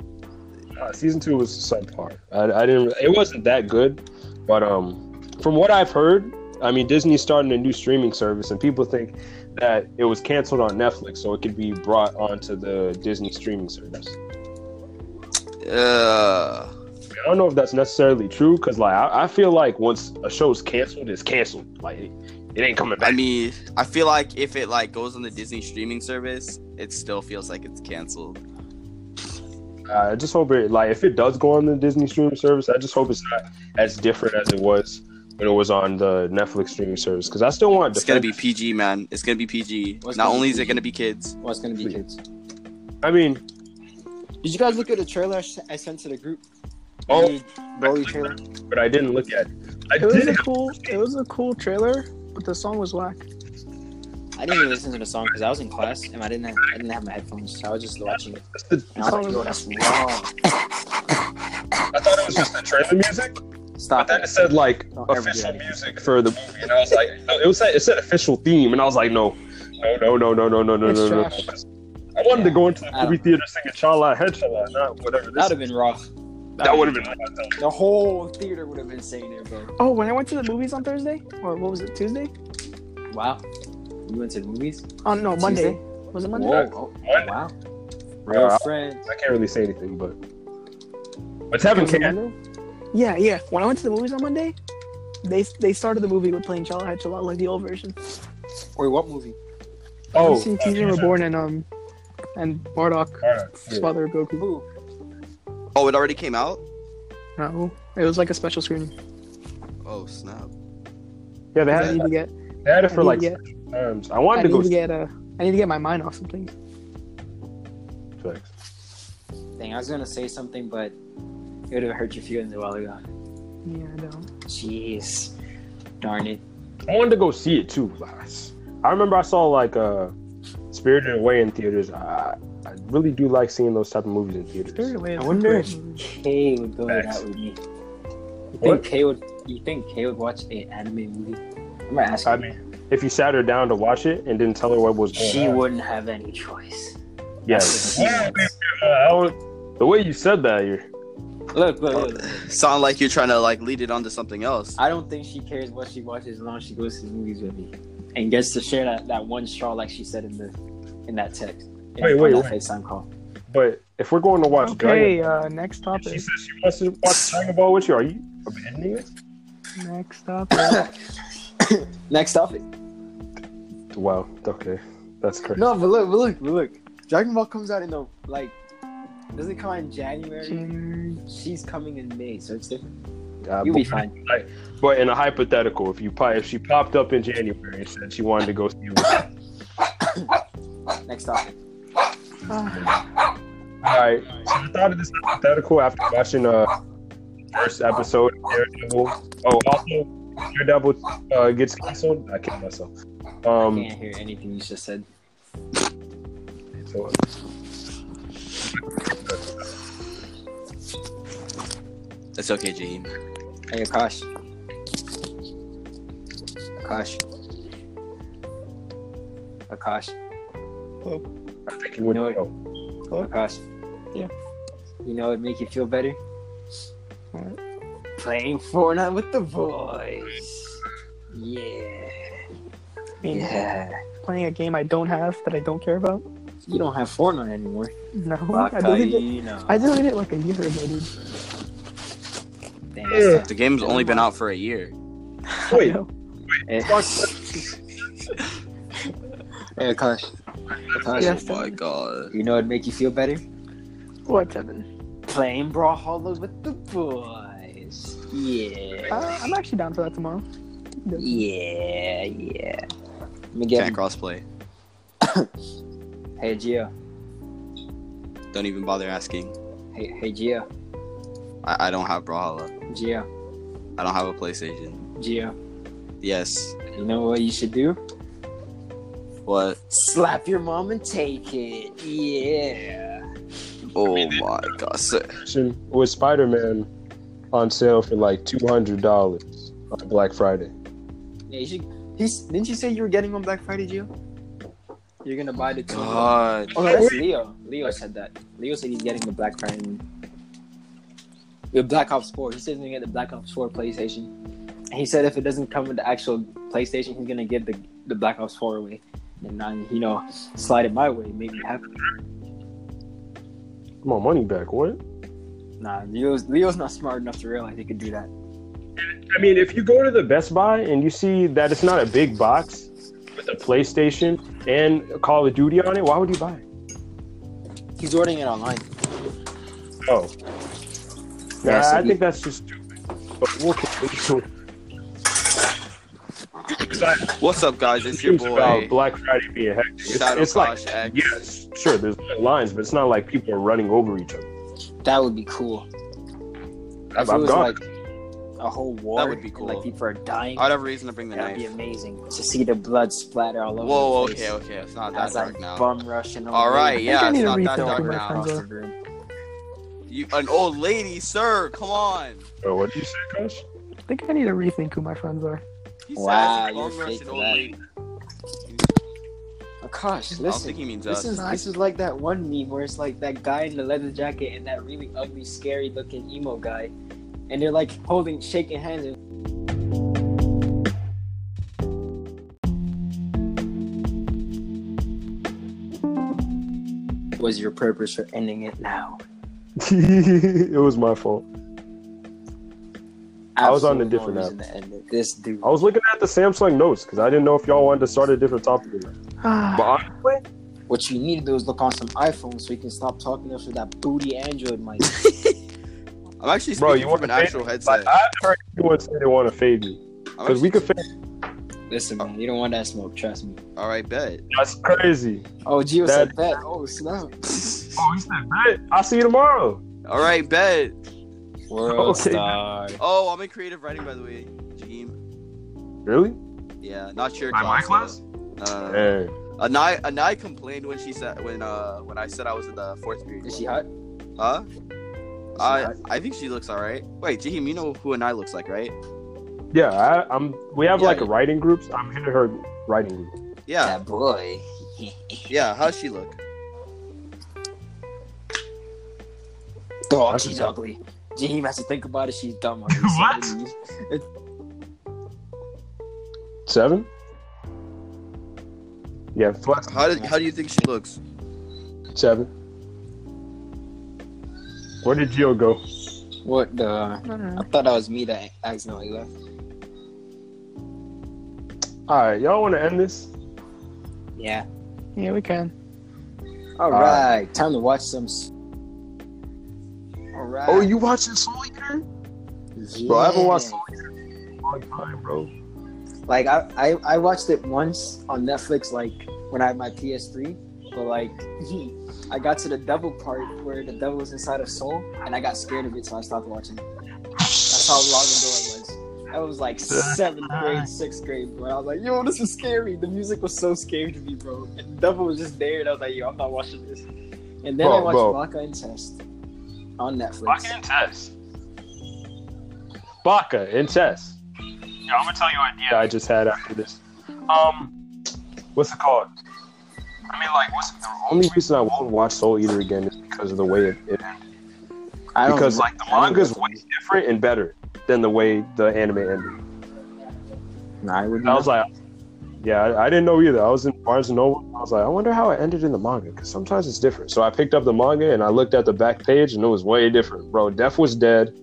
Speaker 1: Uh, season two was subpar. I, I didn't. It wasn't that good, but um, from what I've heard, I mean, Disney's starting a new streaming service, and people think that it was canceled on Netflix, so it could be brought onto the Disney streaming service.
Speaker 4: uh,
Speaker 1: I don't know if that's necessarily true, because like I, I feel like once a show's canceled, it's canceled. Like it, it ain't coming
Speaker 4: I
Speaker 1: back.
Speaker 4: mean, I feel like if it like goes on the Disney streaming service, it still feels like it's canceled.
Speaker 1: I just hope it like if it does go on the Disney streaming service, I just hope it's not as different as it was when it was on the Netflix streaming service. Because I still want
Speaker 4: It's gonna be PG, man. It's gonna be PG.
Speaker 3: What's
Speaker 4: Not
Speaker 3: gonna be
Speaker 4: only is it
Speaker 3: PG?
Speaker 4: gonna be kids.
Speaker 3: Well, it's gonna be kids.
Speaker 1: I mean,
Speaker 3: Did you guys look at the trailer I, s- I sent to the group?
Speaker 1: oh,
Speaker 3: The Broly trailer.
Speaker 1: but I didn't look at. It. I
Speaker 2: It was
Speaker 1: did.
Speaker 2: a cool. It was a cool trailer, but the song was whack.
Speaker 3: I didn't even listen to the song because I was in class and I didn't have, I didn't have my headphones, so I was just watching it. And I was like, yo, that's wrong.
Speaker 1: I thought it was just the trailer music, but
Speaker 3: Stop
Speaker 1: then it
Speaker 3: it.
Speaker 1: said like
Speaker 3: Don't ever do
Speaker 1: official
Speaker 3: that again.
Speaker 1: music for the movie, and I was like, no, it was it said official theme, and I was like, no, no, no, no, no, no, no, no,
Speaker 2: It's
Speaker 1: no, no.
Speaker 2: trash.
Speaker 1: I wanted to go into the
Speaker 3: I don't
Speaker 1: movie theater singing "Chala Headchala," not whatever.
Speaker 3: That
Speaker 1: This,
Speaker 3: would have been rough.
Speaker 1: that would have been.
Speaker 3: The whole theater would have been saying it, bro.
Speaker 2: Oh, when I went to the movies on Thursday, or what was it, Tuesday?
Speaker 3: Wow. You went to the movies?
Speaker 2: Oh no, Monday. Was it Monday?
Speaker 3: Whoa. Oh, wow. Real
Speaker 1: Yeah.
Speaker 3: friends.
Speaker 1: I can't really say anything, but but Tevin
Speaker 2: Was it
Speaker 1: can.
Speaker 2: Monday? Yeah, yeah. When I went to the movies on Monday, they they started the movie with playing Chala Had Chala, like the old version.
Speaker 3: Wait, what movie?
Speaker 1: Oh,
Speaker 2: I've seen Fusion
Speaker 1: uh,
Speaker 2: Reborn and um and Bardock,
Speaker 1: all right,
Speaker 2: his
Speaker 1: yeah.
Speaker 2: father of Goku.
Speaker 3: Who?
Speaker 4: Oh, it already came out.
Speaker 2: No, it was like a special screening.
Speaker 4: Oh snap!
Speaker 1: yeah, they
Speaker 2: I
Speaker 1: had,
Speaker 2: need to get.
Speaker 1: they had it
Speaker 2: I
Speaker 1: for
Speaker 2: need
Speaker 1: like
Speaker 2: to get.
Speaker 1: times. I
Speaker 2: I
Speaker 1: wanted to
Speaker 2: need
Speaker 1: go
Speaker 2: to get. Uh, I need to get my mind off something.
Speaker 1: six.
Speaker 3: Dang, I was gonna say something, but it would have hurt your feelings a while ago.
Speaker 2: Yeah, I know.
Speaker 3: Jeez. Darn it.
Speaker 1: I wanted to go see it too. I remember I saw like uh, Spirited Away in theaters. I, I really do like seeing those type of movies in theaters.
Speaker 3: I wonder if Kay would go
Speaker 1: Facts.
Speaker 3: that with me. You think
Speaker 1: What?
Speaker 3: Kay would? You think Kay would watch a anime movie? I'm gonna ask.
Speaker 1: I
Speaker 3: her.
Speaker 1: mean, if you sat her down to watch it and didn't tell her what was going
Speaker 3: she
Speaker 1: on,
Speaker 3: wouldn't have any choice.
Speaker 1: yes.
Speaker 3: She wants-
Speaker 1: Uh, I was- the way you said that, you're
Speaker 3: Look, look, look, look.
Speaker 4: Sound like you're trying to like lead it onto something else.
Speaker 3: I don't think she cares what she watches as long as she goes to the movies with me and gets to share that, that one straw, like she said in the in that text. in-
Speaker 1: Wait,
Speaker 3: on
Speaker 1: wait,
Speaker 3: that
Speaker 1: wait.
Speaker 3: FaceTime call. *coughs*
Speaker 1: but if we're going to watch
Speaker 2: Okay,
Speaker 1: Dragon,
Speaker 2: uh, next
Speaker 1: Ball, she
Speaker 2: topic.
Speaker 1: says she wants to watch Dragon Ball with you. Are you abandoning us?
Speaker 2: Next topic.
Speaker 3: Next topic.
Speaker 1: Wow. Okay, that's crazy.
Speaker 3: No, but look, but look, but look. Dragon Ball comes out in the like. Doesn't come out in January.
Speaker 2: January.
Speaker 3: She's coming in May, so it's different.
Speaker 1: Uh,
Speaker 3: You'll be
Speaker 1: but-
Speaker 3: fine.
Speaker 1: But in a hypothetical, if you po- if she popped up in January and said she wanted to go see you, all
Speaker 3: Next topic.
Speaker 2: Ah,
Speaker 1: right. So I thought of this hypothetical after watching uh first episode of Daredevil. Oh, also Daredevil uh, gets canceled. I killed myself. Um,
Speaker 3: Can't hear anything you just said.
Speaker 1: so-
Speaker 4: It's okay, Jaheim.
Speaker 3: Hey, Akash. Akash. Akash.
Speaker 1: I think he would
Speaker 3: No.
Speaker 1: know.
Speaker 3: Akash.
Speaker 2: Yeah.
Speaker 3: You know it'd make you feel better?
Speaker 2: What?
Speaker 3: Playing Fortnite with the boys. Yeah.
Speaker 2: I mean,
Speaker 3: Yeah.
Speaker 2: Playing a game I don't have that I don't care about.
Speaker 3: You don't have Fortnite anymore.
Speaker 2: No, I deleted. It.
Speaker 3: Bakaino.
Speaker 2: I deleted it like a year ago, dude.
Speaker 3: Damn, that's
Speaker 4: The game's only been out for a year.
Speaker 2: I
Speaker 1: Wait,
Speaker 2: know.
Speaker 3: Eh. tough. *laughs* hey, Akash. Akash.
Speaker 2: Yes.
Speaker 4: Oh my god.
Speaker 3: You know it'd make you feel better?
Speaker 2: What, Tevin?
Speaker 3: Playing Brawl Hollows with the boys. Yeah.
Speaker 2: Uh, I'm actually down for that tomorrow.
Speaker 3: Yeah, yeah. Let me get
Speaker 4: Can't crossplay.
Speaker 3: Hey Gio.
Speaker 4: Don't even bother asking.
Speaker 3: Hey hey Gio.
Speaker 4: I, I don't have Brawlhalla.
Speaker 3: Gio.
Speaker 4: I don't have a PlayStation.
Speaker 3: Gio.
Speaker 4: Yes.
Speaker 3: You know what you should do?
Speaker 4: What?
Speaker 3: Slap your mom and take it. Yeah.
Speaker 4: Oh my god. So,
Speaker 1: Christian was Spider Man on sale for like two hundred dollars on Black Friday.
Speaker 3: Yeah, you should He's, didn't you say you were getting on Black Friday, Gio? You're gonna buy the two.
Speaker 4: God.
Speaker 3: Oh, no, that's Leo. Leo said that. Leo said he's getting the Black Friday one. The Black Ops 4. He says he's gonna get the Black Ops 4 PlayStation. And he said if it doesn't come with the actual PlayStation, he's gonna give the, the Black Ops 4 away. And then, you know, slide it my way, make me happy.
Speaker 1: My money back. What?
Speaker 3: Nah, Leo's, Leo's not smart enough to realize he could do that.
Speaker 1: I mean, if you go to the Best Buy and you see that it's not a big box with a PlayStation and Call of Duty on it, why would you buy it?
Speaker 3: He's ordering it online.
Speaker 1: Oh. Yeah,
Speaker 3: so
Speaker 1: I
Speaker 3: he-
Speaker 1: think that's just stupid. But we'll continue
Speaker 4: What's up, guys? It's your
Speaker 1: It's about
Speaker 4: boy.
Speaker 1: Black Friday being hectic. It's,
Speaker 4: Shadow
Speaker 1: it's like,
Speaker 4: Kosh X.
Speaker 1: yes, sure, there's lines, but it's not like people are running over each other.
Speaker 3: That would be cool.
Speaker 1: I've,
Speaker 3: if it
Speaker 1: I've
Speaker 3: was
Speaker 1: gone.
Speaker 3: like a whole war,
Speaker 4: would be
Speaker 3: and,
Speaker 4: cool.
Speaker 3: like people are dying.
Speaker 4: I'd have a reason to bring the
Speaker 3: That'd be
Speaker 4: knife.
Speaker 3: amazing to see the blood splatter all over.
Speaker 4: Whoa,
Speaker 3: the place.
Speaker 4: okay, okay. It's not that
Speaker 3: As I
Speaker 4: dark now.
Speaker 3: bum rush and
Speaker 4: All right,
Speaker 3: over.
Speaker 4: yeah,
Speaker 3: I
Speaker 4: it's
Speaker 3: think I
Speaker 4: not
Speaker 3: need
Speaker 4: that
Speaker 3: to
Speaker 4: dark
Speaker 3: refill
Speaker 4: now.
Speaker 3: across the room.
Speaker 4: You, an old lady, sir. Come on.
Speaker 1: Oh, what did you say, *laughs* Kosh?
Speaker 2: I think I need to rethink who my friends are.
Speaker 4: He
Speaker 3: Wow,
Speaker 4: said it's a
Speaker 3: you're
Speaker 4: bum rush
Speaker 3: fake
Speaker 4: an
Speaker 3: for
Speaker 4: old
Speaker 3: that.
Speaker 4: lady.
Speaker 3: Oh, gosh,
Speaker 4: I don't think
Speaker 3: listen.
Speaker 4: he means
Speaker 3: This
Speaker 4: us.
Speaker 3: is this is like that one meme where it's like that guy in the leather jacket and that really ugly, scary looking emo guy, and they're like holding, shaking hands. And... Was your purpose for ending it now?
Speaker 1: it was my fault. I was on the
Speaker 3: Absolutely no
Speaker 1: different
Speaker 3: reason to end it. This dude.
Speaker 1: I was looking at the Samsung notes because I didn't know if y'all wanted to start a different topic. Or not. But I-
Speaker 3: What you need to do is look on some iPhone so you can stop talking after that booty Android mic.
Speaker 4: I'm actually
Speaker 1: Bro,
Speaker 4: speaking
Speaker 1: you
Speaker 4: from
Speaker 1: want
Speaker 4: an
Speaker 1: to fade-
Speaker 4: actual headset.
Speaker 1: like, I heard everyone say they want to fade you
Speaker 4: I'm
Speaker 1: because uh, we
Speaker 4: actually-
Speaker 1: could fade.
Speaker 3: *laughs* Listen, man, you don't want that smoke. Trust me.
Speaker 4: All right, bet.
Speaker 1: That's crazy.
Speaker 3: Oh, Gio
Speaker 1: That-
Speaker 3: said that. Oh, *laughs* snap.
Speaker 1: Oh, he said bet. I'll see you tomorrow.
Speaker 4: All right, bet.
Speaker 11: World
Speaker 1: Okay.
Speaker 11: star.
Speaker 4: Oh, I'm in creative writing, by the way. Jakeem.
Speaker 1: Really?
Speaker 4: Yeah, not your
Speaker 1: My- my
Speaker 4: class. though. Uh, No, no, no.
Speaker 1: Hey,
Speaker 4: Anai, Anai complained when she said when uh when I said I was in the fourth grade.
Speaker 3: Is she hot?
Speaker 4: Huh? I
Speaker 3: hot?
Speaker 4: I think she looks all right. Wait, Jakeem, you know who Anai looks like, right?
Speaker 1: yeah, I, I'm. We have
Speaker 4: Yeah,
Speaker 1: like
Speaker 4: yeah.
Speaker 1: writing groups. I'm in her writing group.
Speaker 4: Yeah,
Speaker 3: That boy.
Speaker 4: yeah. How's she look?
Speaker 3: Dog,
Speaker 1: That's
Speaker 3: she's
Speaker 1: dumb.
Speaker 3: ugly. Jaheim has to think about it. She's
Speaker 1: *laughs*
Speaker 3: dumb. ugly.
Speaker 12: What?
Speaker 3: So,
Speaker 1: Seven. Yeah, flex
Speaker 4: How did, how do you think she looks?
Speaker 1: seven. Where did Gio go?
Speaker 3: What the?
Speaker 2: No, no,
Speaker 3: I
Speaker 2: no.
Speaker 3: thought that was me that accidentally left.
Speaker 1: All right, y'all want to end this?
Speaker 3: Yeah. Uh,
Speaker 2: Yeah, we can.
Speaker 3: All
Speaker 1: All
Speaker 3: right. Time to watch some. s- All right.
Speaker 1: Oh, you watching Soul Eater?
Speaker 3: Yeah.
Speaker 1: Bro, I haven't watched Soul Eater in a long time, bro.
Speaker 3: Like I, I, I watched it once on Netflix, like when I had my PS3. But like, *laughs* I got to the devil part where the devil was inside of Soul, and I got scared of it, so I stopped watching. it. That's how long ago it was. I was *laughs* like seventh grade, sixth grade, bro. I was like, yo, this is scary. The music was so scary to me, bro. And the devil was just there, and I was like, yo, I'm not watching this. And then
Speaker 1: Bro,
Speaker 3: I watched
Speaker 1: bro.
Speaker 3: Baka and Test on Netflix.
Speaker 1: Baka and Tess. Baka and Tess. Yeah, I'm gonna tell you an idea I just had after this. Um, what's it called? I mean, like, what's the only reason I won't watch Soul Eater again is because of the way it, it ended.
Speaker 3: I don't
Speaker 1: Because
Speaker 3: know.
Speaker 1: like the
Speaker 3: I don't
Speaker 1: manga's
Speaker 3: know.
Speaker 1: way different and better than the way the anime ended.
Speaker 3: Nah, I wouldn't.
Speaker 1: I was like, yeah, I, I didn't know either. I was in Barnes and Noble. I was like, I wonder how it ended in the manga because sometimes it's different. So I picked up the manga and I looked at the back page and it was way different, bro. Death was dead.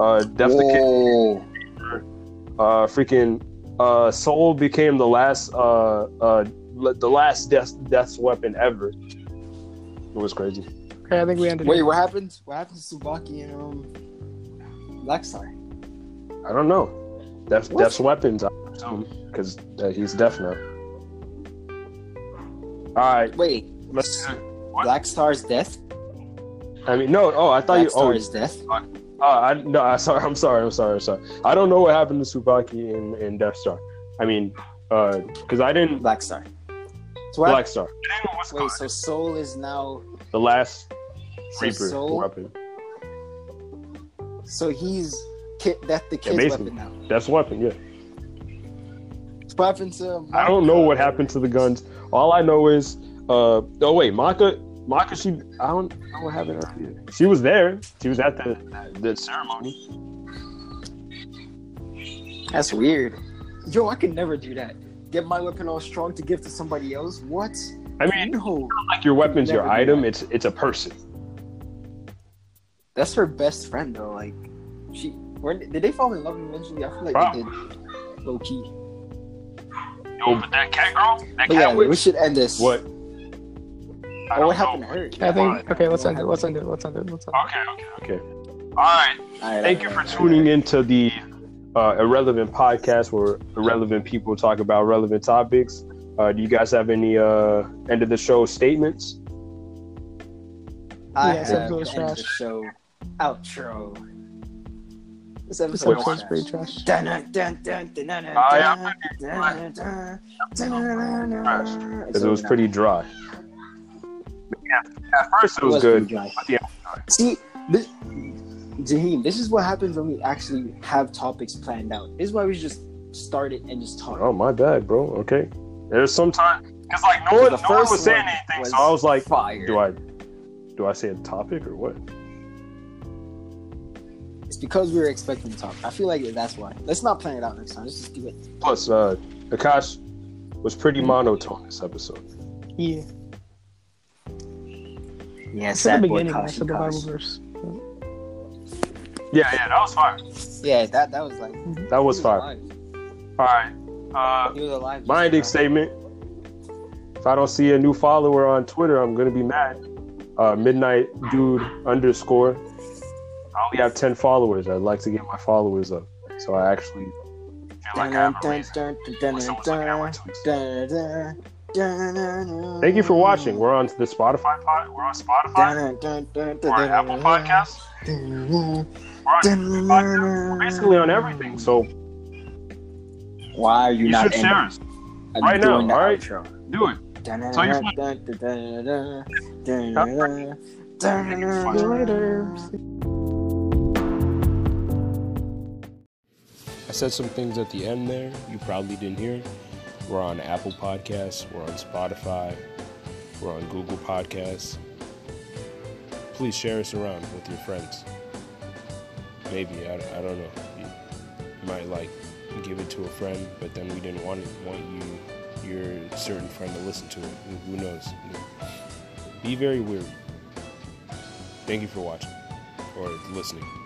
Speaker 1: Uh, Death the kid
Speaker 3: Whoa.
Speaker 1: uh, freaking uh, Soul became the last uh, uh, le- the last death death's weapon ever. It was crazy.
Speaker 2: Okay, I think we ended.
Speaker 3: Wait,
Speaker 2: it.
Speaker 3: what happens? What happens to Subaki and um, Black Star?
Speaker 1: I don't know. Death
Speaker 3: What?
Speaker 1: death's weapons, I presume, because uh, he's deaf now. All right,
Speaker 3: Wait,
Speaker 1: let's.
Speaker 3: Black Star's death.
Speaker 1: I mean, no. Oh, I thought
Speaker 3: Black
Speaker 1: you. Oh,
Speaker 3: Star's death.
Speaker 1: uh, I, no. I sorry. *laughs* I'm sorry. I'm sorry. I'm sorry. I don't know what happened to Subaki in, in Death Star. I mean, because I didn't.
Speaker 3: Black Star. So what
Speaker 1: Black Star,
Speaker 3: hap- Wait, so Soul is now.
Speaker 1: the last
Speaker 3: So
Speaker 1: Reaper
Speaker 3: Soul.
Speaker 1: weapon,
Speaker 3: So he's ki- Death the Kid's
Speaker 1: basically.
Speaker 3: weapon now.
Speaker 1: Death's weapon. Yeah.
Speaker 7: What happened to?
Speaker 1: I don't know what happened to the guns. All I know is, uh, oh wait, Maka, Maka, she, I don't, I don't have it up here. She was there. She was at the the ceremony.
Speaker 7: That's weird. Yo, I could never do that. Get my weapon all strong to give to somebody else. What?
Speaker 1: I mean,
Speaker 7: No,
Speaker 1: like your weapon's your
Speaker 7: Never do
Speaker 1: item. It's it's a person.
Speaker 7: that's her best friend though. Like, she. When, did they fall in love eventually? I feel like they did. Low key.
Speaker 1: Yo, but that cat girl, that
Speaker 7: But yeah, we should end this.
Speaker 1: What?
Speaker 7: Oh, what happened to her?
Speaker 2: I think okay. Let's end it. Let's end it. Let's end it. Let's end it.
Speaker 10: Okay, okay.
Speaker 1: Okay.
Speaker 10: All right.
Speaker 7: Alright,
Speaker 1: Thank you for tuning into the uh, Irrelevant podcast where irrelevant people talk about relevant topics. Uh, do you guys have any uh, end of the show statements?
Speaker 7: I
Speaker 2: Yeah, it's
Speaker 7: have
Speaker 2: episode
Speaker 7: to
Speaker 2: is
Speaker 7: end the
Speaker 2: trash.
Speaker 7: show. Outro. This
Speaker 2: This
Speaker 7: episode
Speaker 2: episode's
Speaker 7: is
Speaker 2: pretty trash.
Speaker 7: Dun, dun, dun, dun, dun, dun, dun,
Speaker 10: I am
Speaker 7: dun, dun, dun, dun, dun,
Speaker 10: Trash.
Speaker 7: dun.
Speaker 1: Because it was pretty dry.
Speaker 10: At first,
Speaker 1: It was good.
Speaker 7: pretty dry.
Speaker 10: Yeah.
Speaker 7: See, this, Jaheem, this is what happens when we actually have topics planned out. This is why we should just start it and just talk.
Speaker 1: Oh my bad, bro. Okay. There's some time because like no one, no
Speaker 7: The
Speaker 1: one
Speaker 7: first
Speaker 1: was saying
Speaker 7: one
Speaker 1: anything,
Speaker 7: was
Speaker 1: so I was like,
Speaker 7: fire.
Speaker 1: do I do I say a topic or what?
Speaker 7: It's because we were expecting to talk. I feel like that's why. Let's not plan it out next time. Let's just do it.
Speaker 1: Plus, uh, Akash was pretty monotone this episode.
Speaker 2: Yeah.
Speaker 7: Yes,
Speaker 2: It's at the beginning. That's the Bible verse.
Speaker 1: Yeah, yeah, that was fire.
Speaker 7: Yeah, that that was like he
Speaker 1: That was fire.
Speaker 7: alive.
Speaker 10: All right. Uh,
Speaker 7: He was alive.
Speaker 1: Minding statement. If I don't see a new follower on Twitter, I'm gonna be mad. Uh, midnight dude underscore. I only have ten followers. I'd like to get my followers up. So I actually feel like I have a reason. Thank
Speaker 7: Thank
Speaker 1: you for watching. We're on the Spotify pod. We're on Spotify. We're on Apple Podcasts. We're on Google Podcasts. We're basically on everything. So
Speaker 7: Why are you,
Speaker 1: you
Speaker 7: not
Speaker 1: should
Speaker 7: ending?
Speaker 1: share us.
Speaker 7: I'm
Speaker 1: right now,
Speaker 7: doing the
Speaker 1: alright?
Speaker 7: outro.
Speaker 1: Do it. Tell your friends. I said some things at the end there you probably didn't hear. We're on Apple Podcasts, we're on Spotify, we're on Google Podcasts. Please share us around with your friends. Maybe, I, I don't know. You might like give it to a friend, but then we didn't want it, want you your certain friend to listen to it. Who knows? Be very weary. Thank you for watching or listening.